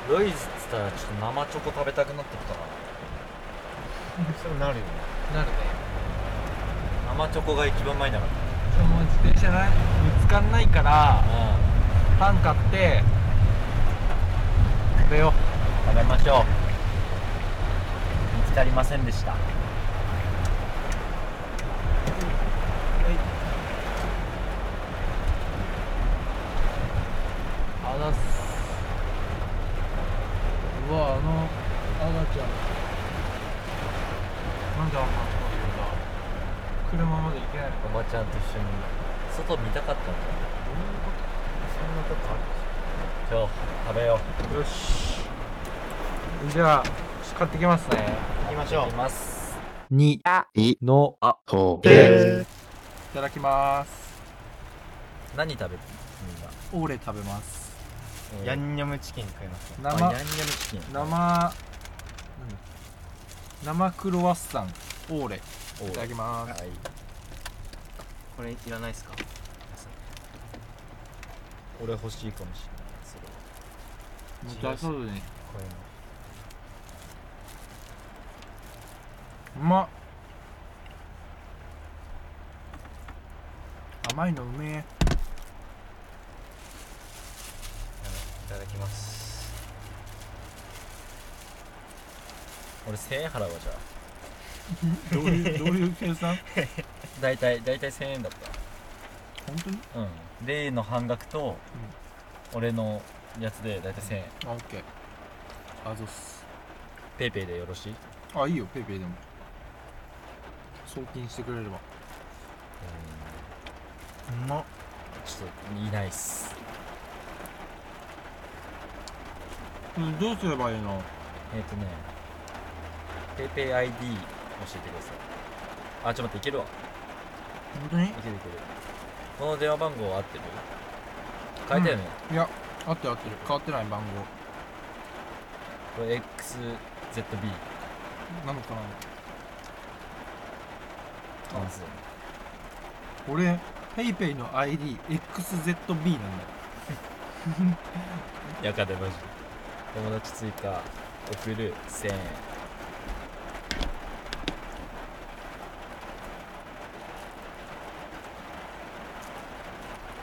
S2: ロイズっつったらちょっと生チョコ食べたくなってきたな
S3: そうなるよね
S4: なるね
S2: 生チョコが一番前だか
S4: その自転車な見つかんないから
S2: ら
S4: パン買って食べよ
S2: 食べましょう見つかりませんでした
S4: うあざっすうわあの赤ちゃんなんであんなとこいるんだ車まで行けないの
S2: おばちゃんと一緒に外見たかったんだどういうことそんなことあるじゃあ食べようよし
S4: かじゃあ買ってきますね
S3: 行きましょう
S2: います
S11: にのあ
S4: いただきます
S2: 何食べる
S11: 俺食べます
S2: みんな
S3: ヤンニョムチキン食います
S2: あ
S4: 生
S2: ヤンニョムチキン
S4: 生なんだ生クロワッサンオーレい
S2: おう
S4: ただきます
S2: はい
S3: これいらないですか
S2: 俺欲しいかもしれないそれ
S4: もう出さずに
S2: こういうの
S4: うまっ甘いのうめえ
S2: いただきます俺1000円払うわじゃあ
S4: どう いうどういう計算
S2: 大体大体1000円だった
S4: 本当に
S2: うん例の半額と、俺のやつで大体1000円
S4: あオッケーあそうっす
S2: ペイペイでよろしい
S4: あいいよペイペイでも送金してくれれば
S3: うまっ
S2: ちょっといないっす
S4: うんどうすればいいの
S2: えっ、とねペイペイ ID 教えてくださいあちょっと待っていけるわ
S4: 本当に
S2: いけるいけるこの電話番号合ってる変えたよね、
S4: いや合ってる合ってる変わってない番
S2: これ XZB
S4: 号なのかな
S2: なんですよ
S4: 俺ペイペイの IDXZB なんだよ
S2: やかでマジ友達追加送る1000円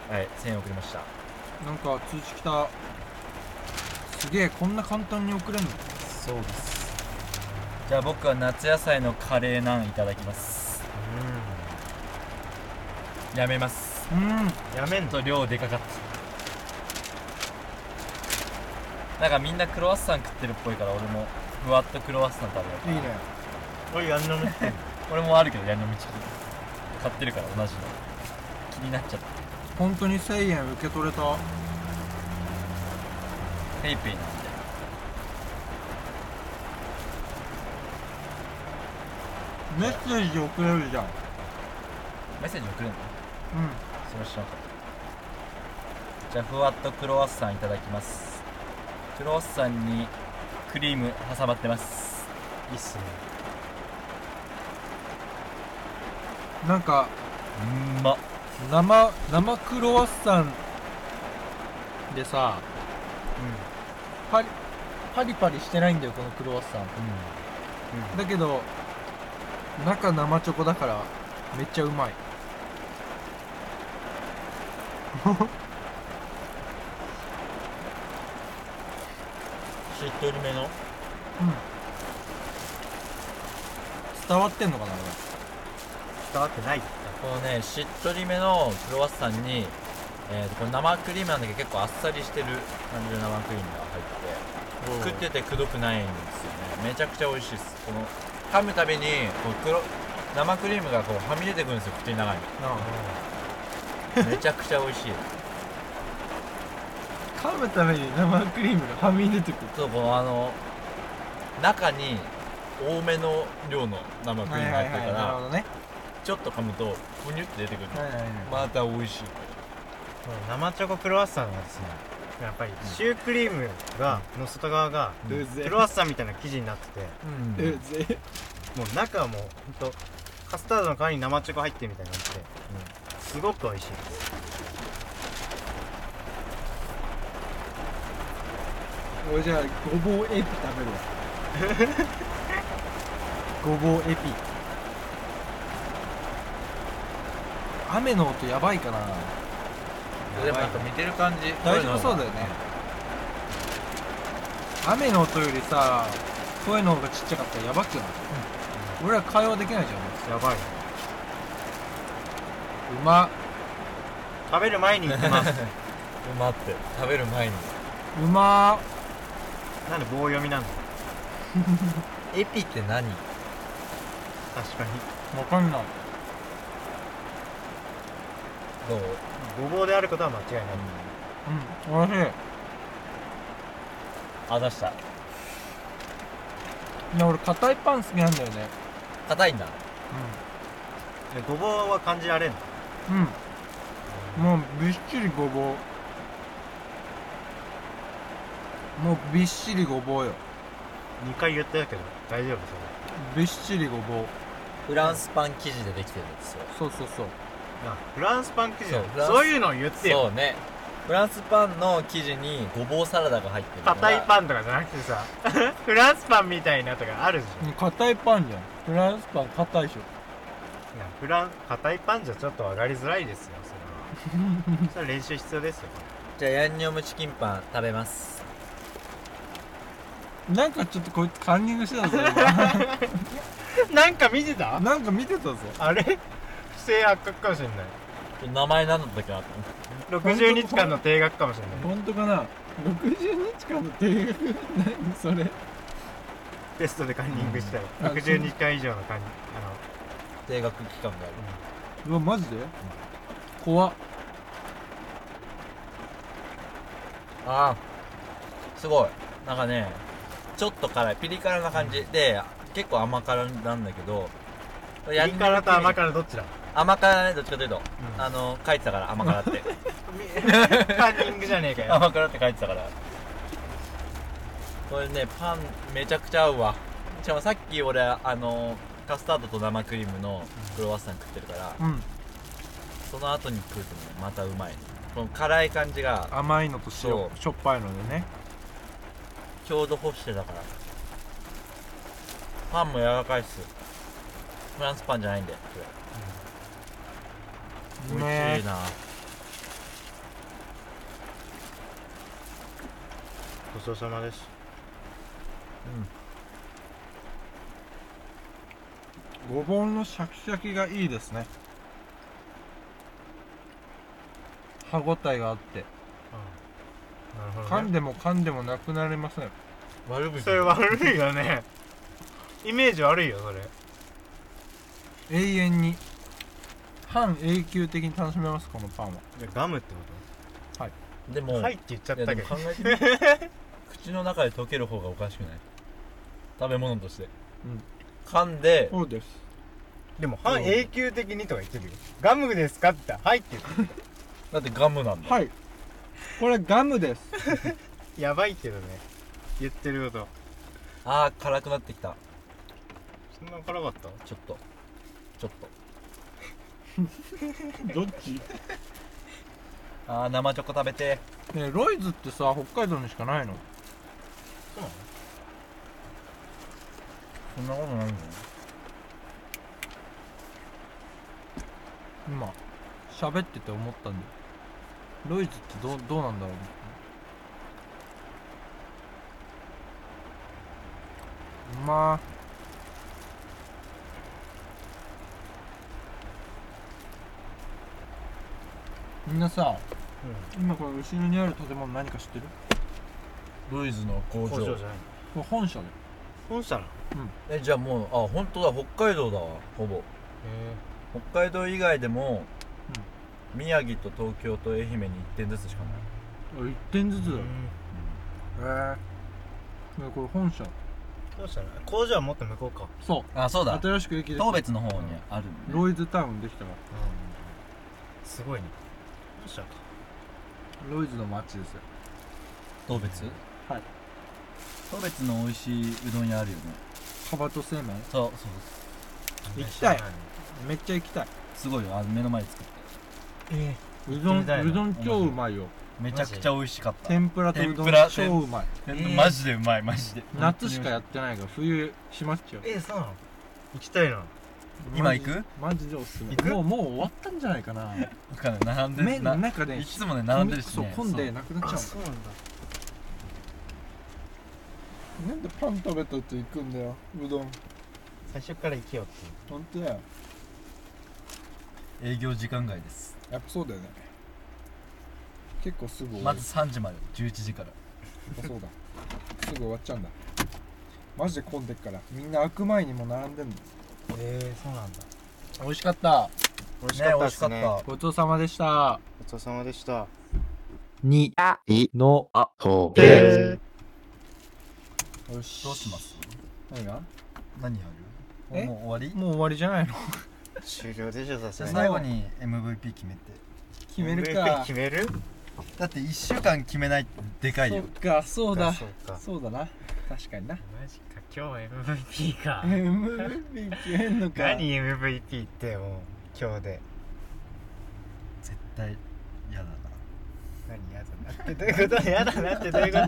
S2: はい1000円送りました
S4: なんか通知来たすげえこんな簡単に送れんの
S2: そうですじゃあ僕は夏野菜のカレーナンいただきますやめます
S4: うん
S3: やめん
S2: ちょっと量でかかったなんかみんなクロワッサン食ってるっぽいから俺もふわっとクロワッサン食べようかない
S4: いね
S3: 俺ヤンニョムチキン
S2: 俺もあるけどヤンニョムチキン買ってるから同じの気になっちゃった
S4: 本当に1000円受け取れた
S2: ペイペイなんで
S4: メッセージ送れるじゃんうん
S2: メッセージ送るのそれ知らなかったじゃあふわっとクロワッサンいただきますクロワッサンにクリーム挟まってます
S3: いいっすね
S4: なんか
S2: うんま
S4: 生生クロワッサンでさ、パリパリパリしてないんだよこのクロワッサン、だけど中生チョコだからめっちゃうまい
S2: しっとりめの
S4: 伝わってんのかなこ
S3: 伝わってない
S2: このねしっとりめのクロワッサンに、えーとこれ生クリームなんだけど結構あっさりしてる感じの生クリームが入ってて食っててくどくないんですよねめちゃくちゃ美味しいですこの噛むたびにこう黒生クリームがこうはみ出てくるんですよ口の中に
S4: れな
S2: めちゃくちゃ美味 しい
S4: 噛むために生クリームがはみ出てくる
S2: そうこのあの中に多めの量の生クリームが入ってるから、
S4: なるほどね
S2: ちょっと噛むとふにゅって出てくる
S4: はいはいはい
S2: また美味しい
S3: 生チョコクロワッサンはですねやっぱりシュークリームがの外側が
S2: うん
S4: うぜ
S3: クロワッサンみたいな生地になってて
S2: うん
S4: うぜ
S3: もう中はもうほんとカスタードの代わりに生チョコ入ってるみたいになってすごく美味しいです
S4: 俺じゃあごぼうエピ食べるわごぼうエピ雨の音やばいかな
S2: でもなんか見てる感じ
S4: 大丈夫そうだよね雨の音よりさ声の方がちっちゃかったらやばくない、俺ら会話できないじゃん
S3: やばいう
S4: ま
S3: 食べる前に行ってます
S2: 待って食べる前に
S4: うま
S3: なんで棒読みなんだ
S2: エピって何
S3: 確かに
S4: わかんない
S2: どう
S3: ごぼうであることは間違いない
S4: うんおいしい
S2: あ出した
S4: いや俺硬いパン好きなんだよね
S2: 硬いんだ
S3: でごぼうは感じられんの
S4: うんもうびっしりごぼうもうびっしりごぼうよ
S3: 2回言ったけど大丈夫
S4: びっしりごぼう
S2: フランスパン生地でできてるんですよ
S4: そうそうそう
S3: それなフランスパン生地だ
S2: そうフランス
S3: そういうのを言ってよ
S2: そうねフランスパンの生地にごぼうサラダが入ってるのが
S3: 硬いパンとかじゃなくてさフランスパンみたいなとかあるじゃん
S4: うん硬いパンじゃんフランスパン硬いでしょ
S3: なフラン硬いパンじゃちょっと上がりづらいですよそれはそれ練習必要ですよ
S2: じゃあヤンニョムチキンパン食べます
S4: なんかちょっとこいつカンニングしてたぞ今
S3: なんか見てた
S4: なんか見てたぞ
S3: あれ不正発覚かもしれない
S2: 名前何だったっけなと思って
S3: 60日間の定額かもしれない
S4: 本当かな60日間の定額何それ
S3: テストでカンニングした
S4: うん
S3: ら60日間以上のカンニあの
S2: 定額期間がある
S4: うわマジで怖っ
S2: あーすごいなんかねちょっと辛いピリ辛な感じ、で結構甘辛なんだけど
S3: ピリ辛と甘
S2: 辛
S3: 辛どっ ちだ
S2: 甘辛だねどっちかというと、
S3: うん
S2: あの書いてたから甘辛って
S3: カンニングじゃねえかよ
S2: 甘辛って書いてたからこれねパンめちゃくちゃ合うわしかもさっき俺あのカスタードと生クリームのクロワッサン食ってるから、
S4: うん
S2: その後に食うとねまたうまいこの辛い感じが
S4: 甘いのと
S2: そ
S4: 塩しょっぱいのでね
S2: ちょうど干してたからパンも柔らかいっすフランスパンじゃないんでこれ美味しいな
S3: ごちそうさまです
S4: ごぼうのシャキシャキがいいですね歯ごたえがあって
S3: なる
S4: 噛
S3: ほど、
S4: ん
S3: ね、
S4: でも噛んでもなくなりません
S2: 悪口
S3: それ悪いよねイメージ悪いよそれ
S4: 永遠に半永久的に楽しめますこのパンは
S3: じゃあガムってこ
S2: でも、
S3: とはいって言っちゃっ
S2: いや
S3: た
S2: で
S3: け
S2: も
S3: ど
S2: 考えてみ 口の中で溶ける方がおかしくない食べ物として、
S4: うん
S2: 噛んで
S4: そうです
S3: でも半永久的にとか言ってるよガムですかって言ったらはいって言って
S2: だってガムなんだ
S4: はいこれガムです
S3: るやばいけどね言ってること
S2: あー辛くなってきた
S3: そんな辛かった
S2: ちょっとちょっと
S4: どっち
S2: あー生チョコ食べて
S4: ねえロイズってさ北海道にしかないの
S2: そんなことないの
S4: 今喋ってて思ったんだよロイズってどうどうなんだろうまあみんなさ、今この後ろにある建物何か知ってる
S2: ロイズの工
S3: 工場じゃない
S4: これ本社だよ
S3: 本社なの
S2: えじゃあもうあ本当だ北海道だわほぼ北海道以外でも、宮城と東京と愛媛に1点ずつしかない
S4: あ一点ずつだよへえこれ本社
S3: 本社なの工場はもっと向こうか
S4: そ
S2: あそう
S4: う新しく駅で
S2: 東別の方にあるのね
S4: ロイズタウンできたか
S3: すごいね本社から
S4: ロイズの街ですよ
S2: 東別
S4: はい
S2: 東別の美味しいうどん屋あるよね
S4: カバト製麺
S2: そうそう
S4: 行きたいめっちゃ行きたい
S2: すごいよあの目の前で作っ
S3: え
S4: うどん
S3: みたいな
S4: うどん超うまいよ
S2: ためちゃくちゃ美味しかった
S4: 天ぷらとうどん
S2: 天ぷら
S4: 超うまい
S2: えマジでうまいマジで
S4: 夏しかやってないから冬閉まっちゃう
S3: えそうなの行きたいな
S2: 今行く
S4: マジでおすすめ
S3: 行く
S4: もうもう終わったんじゃないかな
S2: 分かんない並んで
S4: 麺
S2: るな
S4: の中で
S2: いつもね並んでるし
S4: そう
S2: ね
S4: 混んでなくなっちゃ
S3: うなんだ
S4: うなんでパン食べたって行くんだようどん
S3: 最初から行けよっていう
S4: 本当だよ
S2: そう営業時間外です
S4: やっぱそうだよね結構すぐ
S2: まず3時まで11時から
S4: そうだすぐ終わっちゃうんだマジで混んでっからみんな開く前にも並んでんの
S3: えー、そうなんだ
S4: 美味しかった
S3: 美味しかった
S2: 美
S3: で
S2: 味しか
S3: す
S2: っ
S3: ね
S2: た
S4: ごちそうさまでした
S3: ごちそうさまでした
S12: に、い、の、あ、と、
S4: よし
S2: どうします
S4: 何が
S2: 何やる
S4: え
S2: もう終わり
S4: もう終わりじゃないの
S3: 終了でしょさす
S2: じゃあ
S3: がに
S2: 最後に MVP 決めて
S4: 決める
S3: MVP
S4: か
S3: 決める
S2: だって1週間決めないってでかい
S4: そ
S2: よ
S4: っかそうだ
S3: そうか
S4: そうだな確かにな
S3: マジか今日は MVP か
S4: MVP 決めんのか
S3: 何 MVP ってもう今日で
S2: 絶対嫌だな
S3: 何嫌だなってどういう こと嫌だなってどういうこと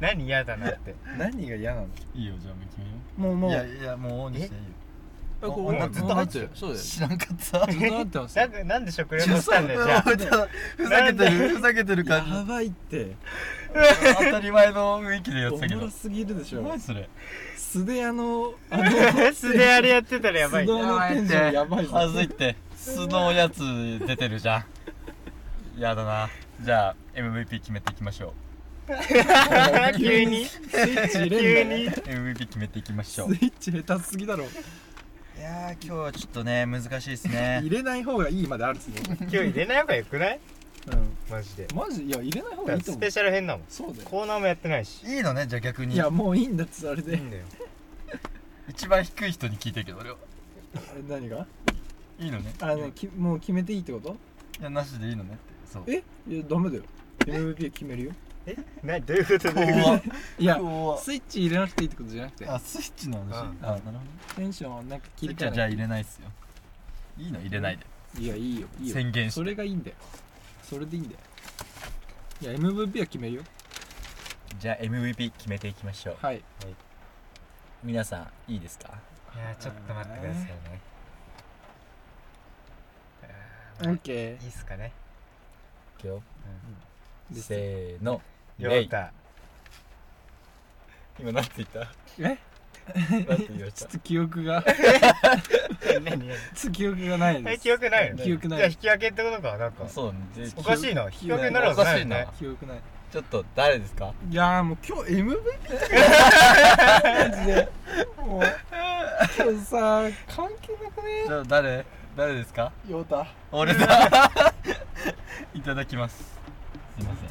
S3: 何嫌だなって
S4: 何が嫌なの
S2: いいよじゃあもう決めよ
S4: もうもう
S2: いやいやもうオンにしていいよ
S4: えこ
S2: おお
S4: ずっと入ってる
S2: お
S4: そうだよ
S2: 知らんかった
S4: ずっと入ってます
S3: な
S4: よ
S3: んでなんで食レポしたんだ よじゃあ
S2: ふざけてるふざけてる
S4: や
S2: 感
S4: ばいって
S2: じ当たり前の雰囲気でやっ
S4: お
S2: てたけ
S4: も
S2: ど
S4: ろすぎるでしょ
S2: 何それ
S4: 素手屋のあの
S3: 素であれや ってたらやばい
S4: 素手屋のテンションやばい
S2: は
S4: ぞ
S2: ずいって素のやつ出てるじゃんやだなじゃあ MVP 決めていきましょう
S3: 急に
S4: スイッチ入れ
S3: 急
S4: んな
S3: に
S2: MVP 決めていきまし
S4: スイ
S2: ょうい
S4: ッチ下手すぎだろ
S2: やー今日はちょっとね難しいですね
S4: 入れない方がいいまであるっつうの
S3: 今日入れない方がよくない
S4: うん
S3: マジで
S4: マジいや入れない方がいいと
S3: ス
S4: 思う
S3: ペシャル編だもん
S4: そうだよ
S3: コーナーもやってないし
S2: いいのねじゃあ逆
S4: い
S2: に
S4: やもういいんだってそれ
S3: いい
S4: で
S3: んだよ
S2: 一番低い人に聞いてるけど俺は
S4: え何が
S2: いいのね
S4: あのきもう決めていいってこと
S2: いやなしでいいのねってそう
S4: えいやダメだよ MVP 決めるよ
S3: などういうことどういうこ
S2: 怖
S4: いや
S2: 怖
S4: スイッチ入れなくていいってことじゃなくて
S2: あスイッチの話
S3: うん
S2: あなるほど
S4: テンションをなんか
S2: ス
S4: 切
S2: イ
S4: り
S2: ッチ
S4: 替え
S2: はじゃ
S4: な
S2: あ
S4: い
S2: 入れないっすよいいの入れないで
S4: いやいいよいいよ
S2: 宣言し
S4: そ
S2: て
S4: れがいいんだよそれでいいんだよいや MVP は決めるよ
S2: じゃあ MVP 決めていきましょう
S4: はい
S2: 皆さんいいですか
S3: といやちょっと待ってくださいねあーま
S4: OK
S3: あいいっすかね
S2: いくよ
S4: です
S2: せーの
S3: ヨ
S2: レイ
S3: ータ
S2: 今なんて言った
S4: え
S2: なんて言いました
S4: ちょっと記憶が
S3: 何
S4: ちょっと記憶がないで
S3: え
S4: す
S3: 記憶ないの
S4: 記憶ない
S3: じゃあ引き分けってことかなんか
S2: そうなんで
S3: おかしいな引き
S2: 記憶
S3: 分けになるはずないよ
S2: お
S3: ね
S2: かし
S4: 記憶ない
S2: ちょっと誰ですか
S4: いやーもう今日 MVP マジでもう今日さ関係なくね
S2: じゃあ誰誰ですか
S4: ヨータ
S2: 俺 だいただきますすいません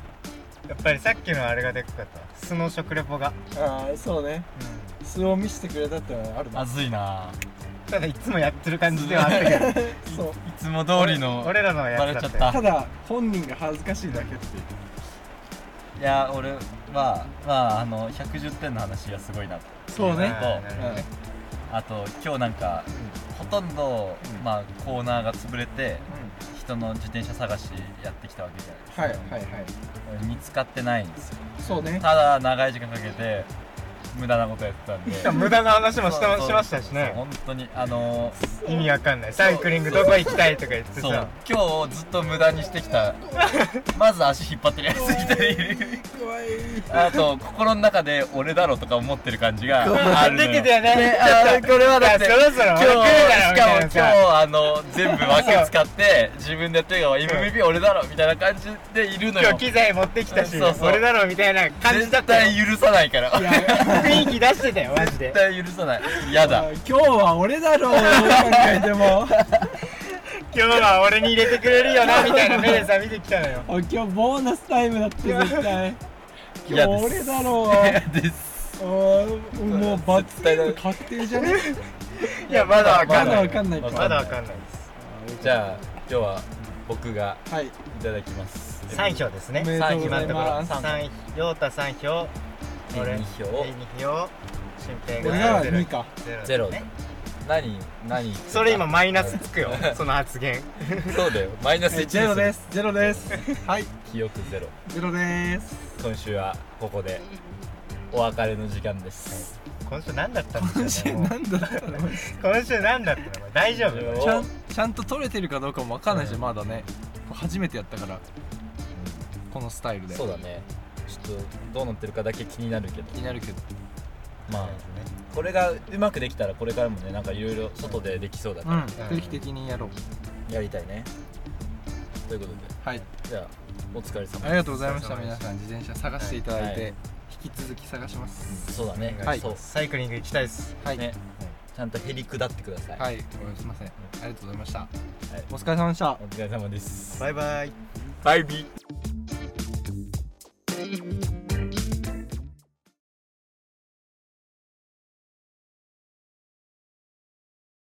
S3: やっぱりさっきのあれがでかかった素の食レポが
S4: ああそうね素を見せてくれたってのはあるな
S2: まずいな
S3: ただいつもやってる感じではあったけど
S4: そう
S2: いつも通りの
S3: 俺らの
S2: バレ
S3: やつ
S2: ちゃ
S3: だ
S2: っ
S3: ったよ
S2: た
S4: ただ本人が恥ずかしいだけっていう
S2: いや俺はまああの110点の話がすごいなと
S4: そうね
S3: あーなるほどね
S2: あと今日なんか、ほとんど、まあ、コーナーが潰れて、人の自転車探しやってきたわけじゃないですか
S4: はいはいはい
S2: 見つかってないんですよ
S4: そうね
S2: ただ長い時間かけて無駄なことやってたん で
S3: 無駄な話もし
S2: そう
S3: た
S2: そう
S3: しましたしね
S2: 本当にあのー
S3: 意味わかんないサイクリングどこ行きたいとか言って
S2: そ
S3: さ
S2: う今日ずっと無駄にしてき たまず足引っ張ってるやついたりあと心の中で俺だろとか思ってる感じがあるのよ
S3: 出てたよね
S2: あーこれはだって
S3: そろそ
S2: 今
S3: ろ俺
S2: 日
S3: 来るだろ
S2: し
S3: み
S2: か
S3: た
S2: も
S3: い
S2: 今
S3: な
S2: 日
S3: さ
S2: あの全部枠使って自分でやってるから MVP 俺だろみたいな感じでいるの
S3: 今
S2: よ
S3: 日機材持ってきたし
S2: そうそう
S3: 俺だろみたいな感じ
S2: 絶
S3: だったよ
S2: 対許さないから
S3: い
S2: 絶
S3: や雰囲気出してたよマジで
S2: 対許さない嫌だ
S4: 今日は俺だろうでも
S3: 今日は俺に入れてくれるよなみたいな目でさ見てきたのよ
S4: 今日ボーナスタイムだって絶対
S2: いや
S4: 今日俺だろう
S2: 嫌です
S4: あーもう罰ゲーム確定じゃね
S3: いやまだわか
S4: まだ
S3: んな
S4: わ
S3: い
S4: かんないか
S3: まだわかんないです
S2: じゃあ今日は僕が
S4: はい
S2: いただきます
S3: 3票です
S4: おめで
S3: ね
S4: とうござい
S3: 今のとこ
S4: ます
S3: ろ三陽太3票俺
S2: 二票
S3: 2票新平
S4: 俺ら
S3: が
S4: は2か
S2: ゼロ
S3: ね
S2: 何何
S3: それ今マイナスつくよその発言
S2: そうだよマイナス1
S4: ゼロですゼロです はい
S2: 記憶ゼロ
S4: ゼロです
S2: 今週はここでお別れの時間です
S3: 今週何だったんですかねもう
S4: なんだったの
S3: 今週何だったのお前大丈夫
S2: お
S4: ちゃんちゃんと取れてるかどうかもわかんないし、まだね初めてやったからこのスタイルで
S2: そうだねちょっとどうなってるかだけ気になるけど
S4: 気になるけど
S2: まあこれがうまくできたらこれからもねなんかいろいろ外でできそうだか
S4: うん
S3: ん
S4: 定期的にやろう
S2: らやりたいねということで
S4: はい
S2: じゃあお疲れ様
S4: ありがとうございました皆さん自転車探していただいて、
S2: は
S4: 引き続き探します
S2: そうだね
S4: はい
S2: そう
S3: サイクリング行きたいです
S4: はい、
S2: ねちゃんとへりくだってください
S4: はいおすいませんありがとうございました、
S2: い
S4: お疲れ様でした
S2: お疲れ様です
S3: バイバイ
S2: バイビー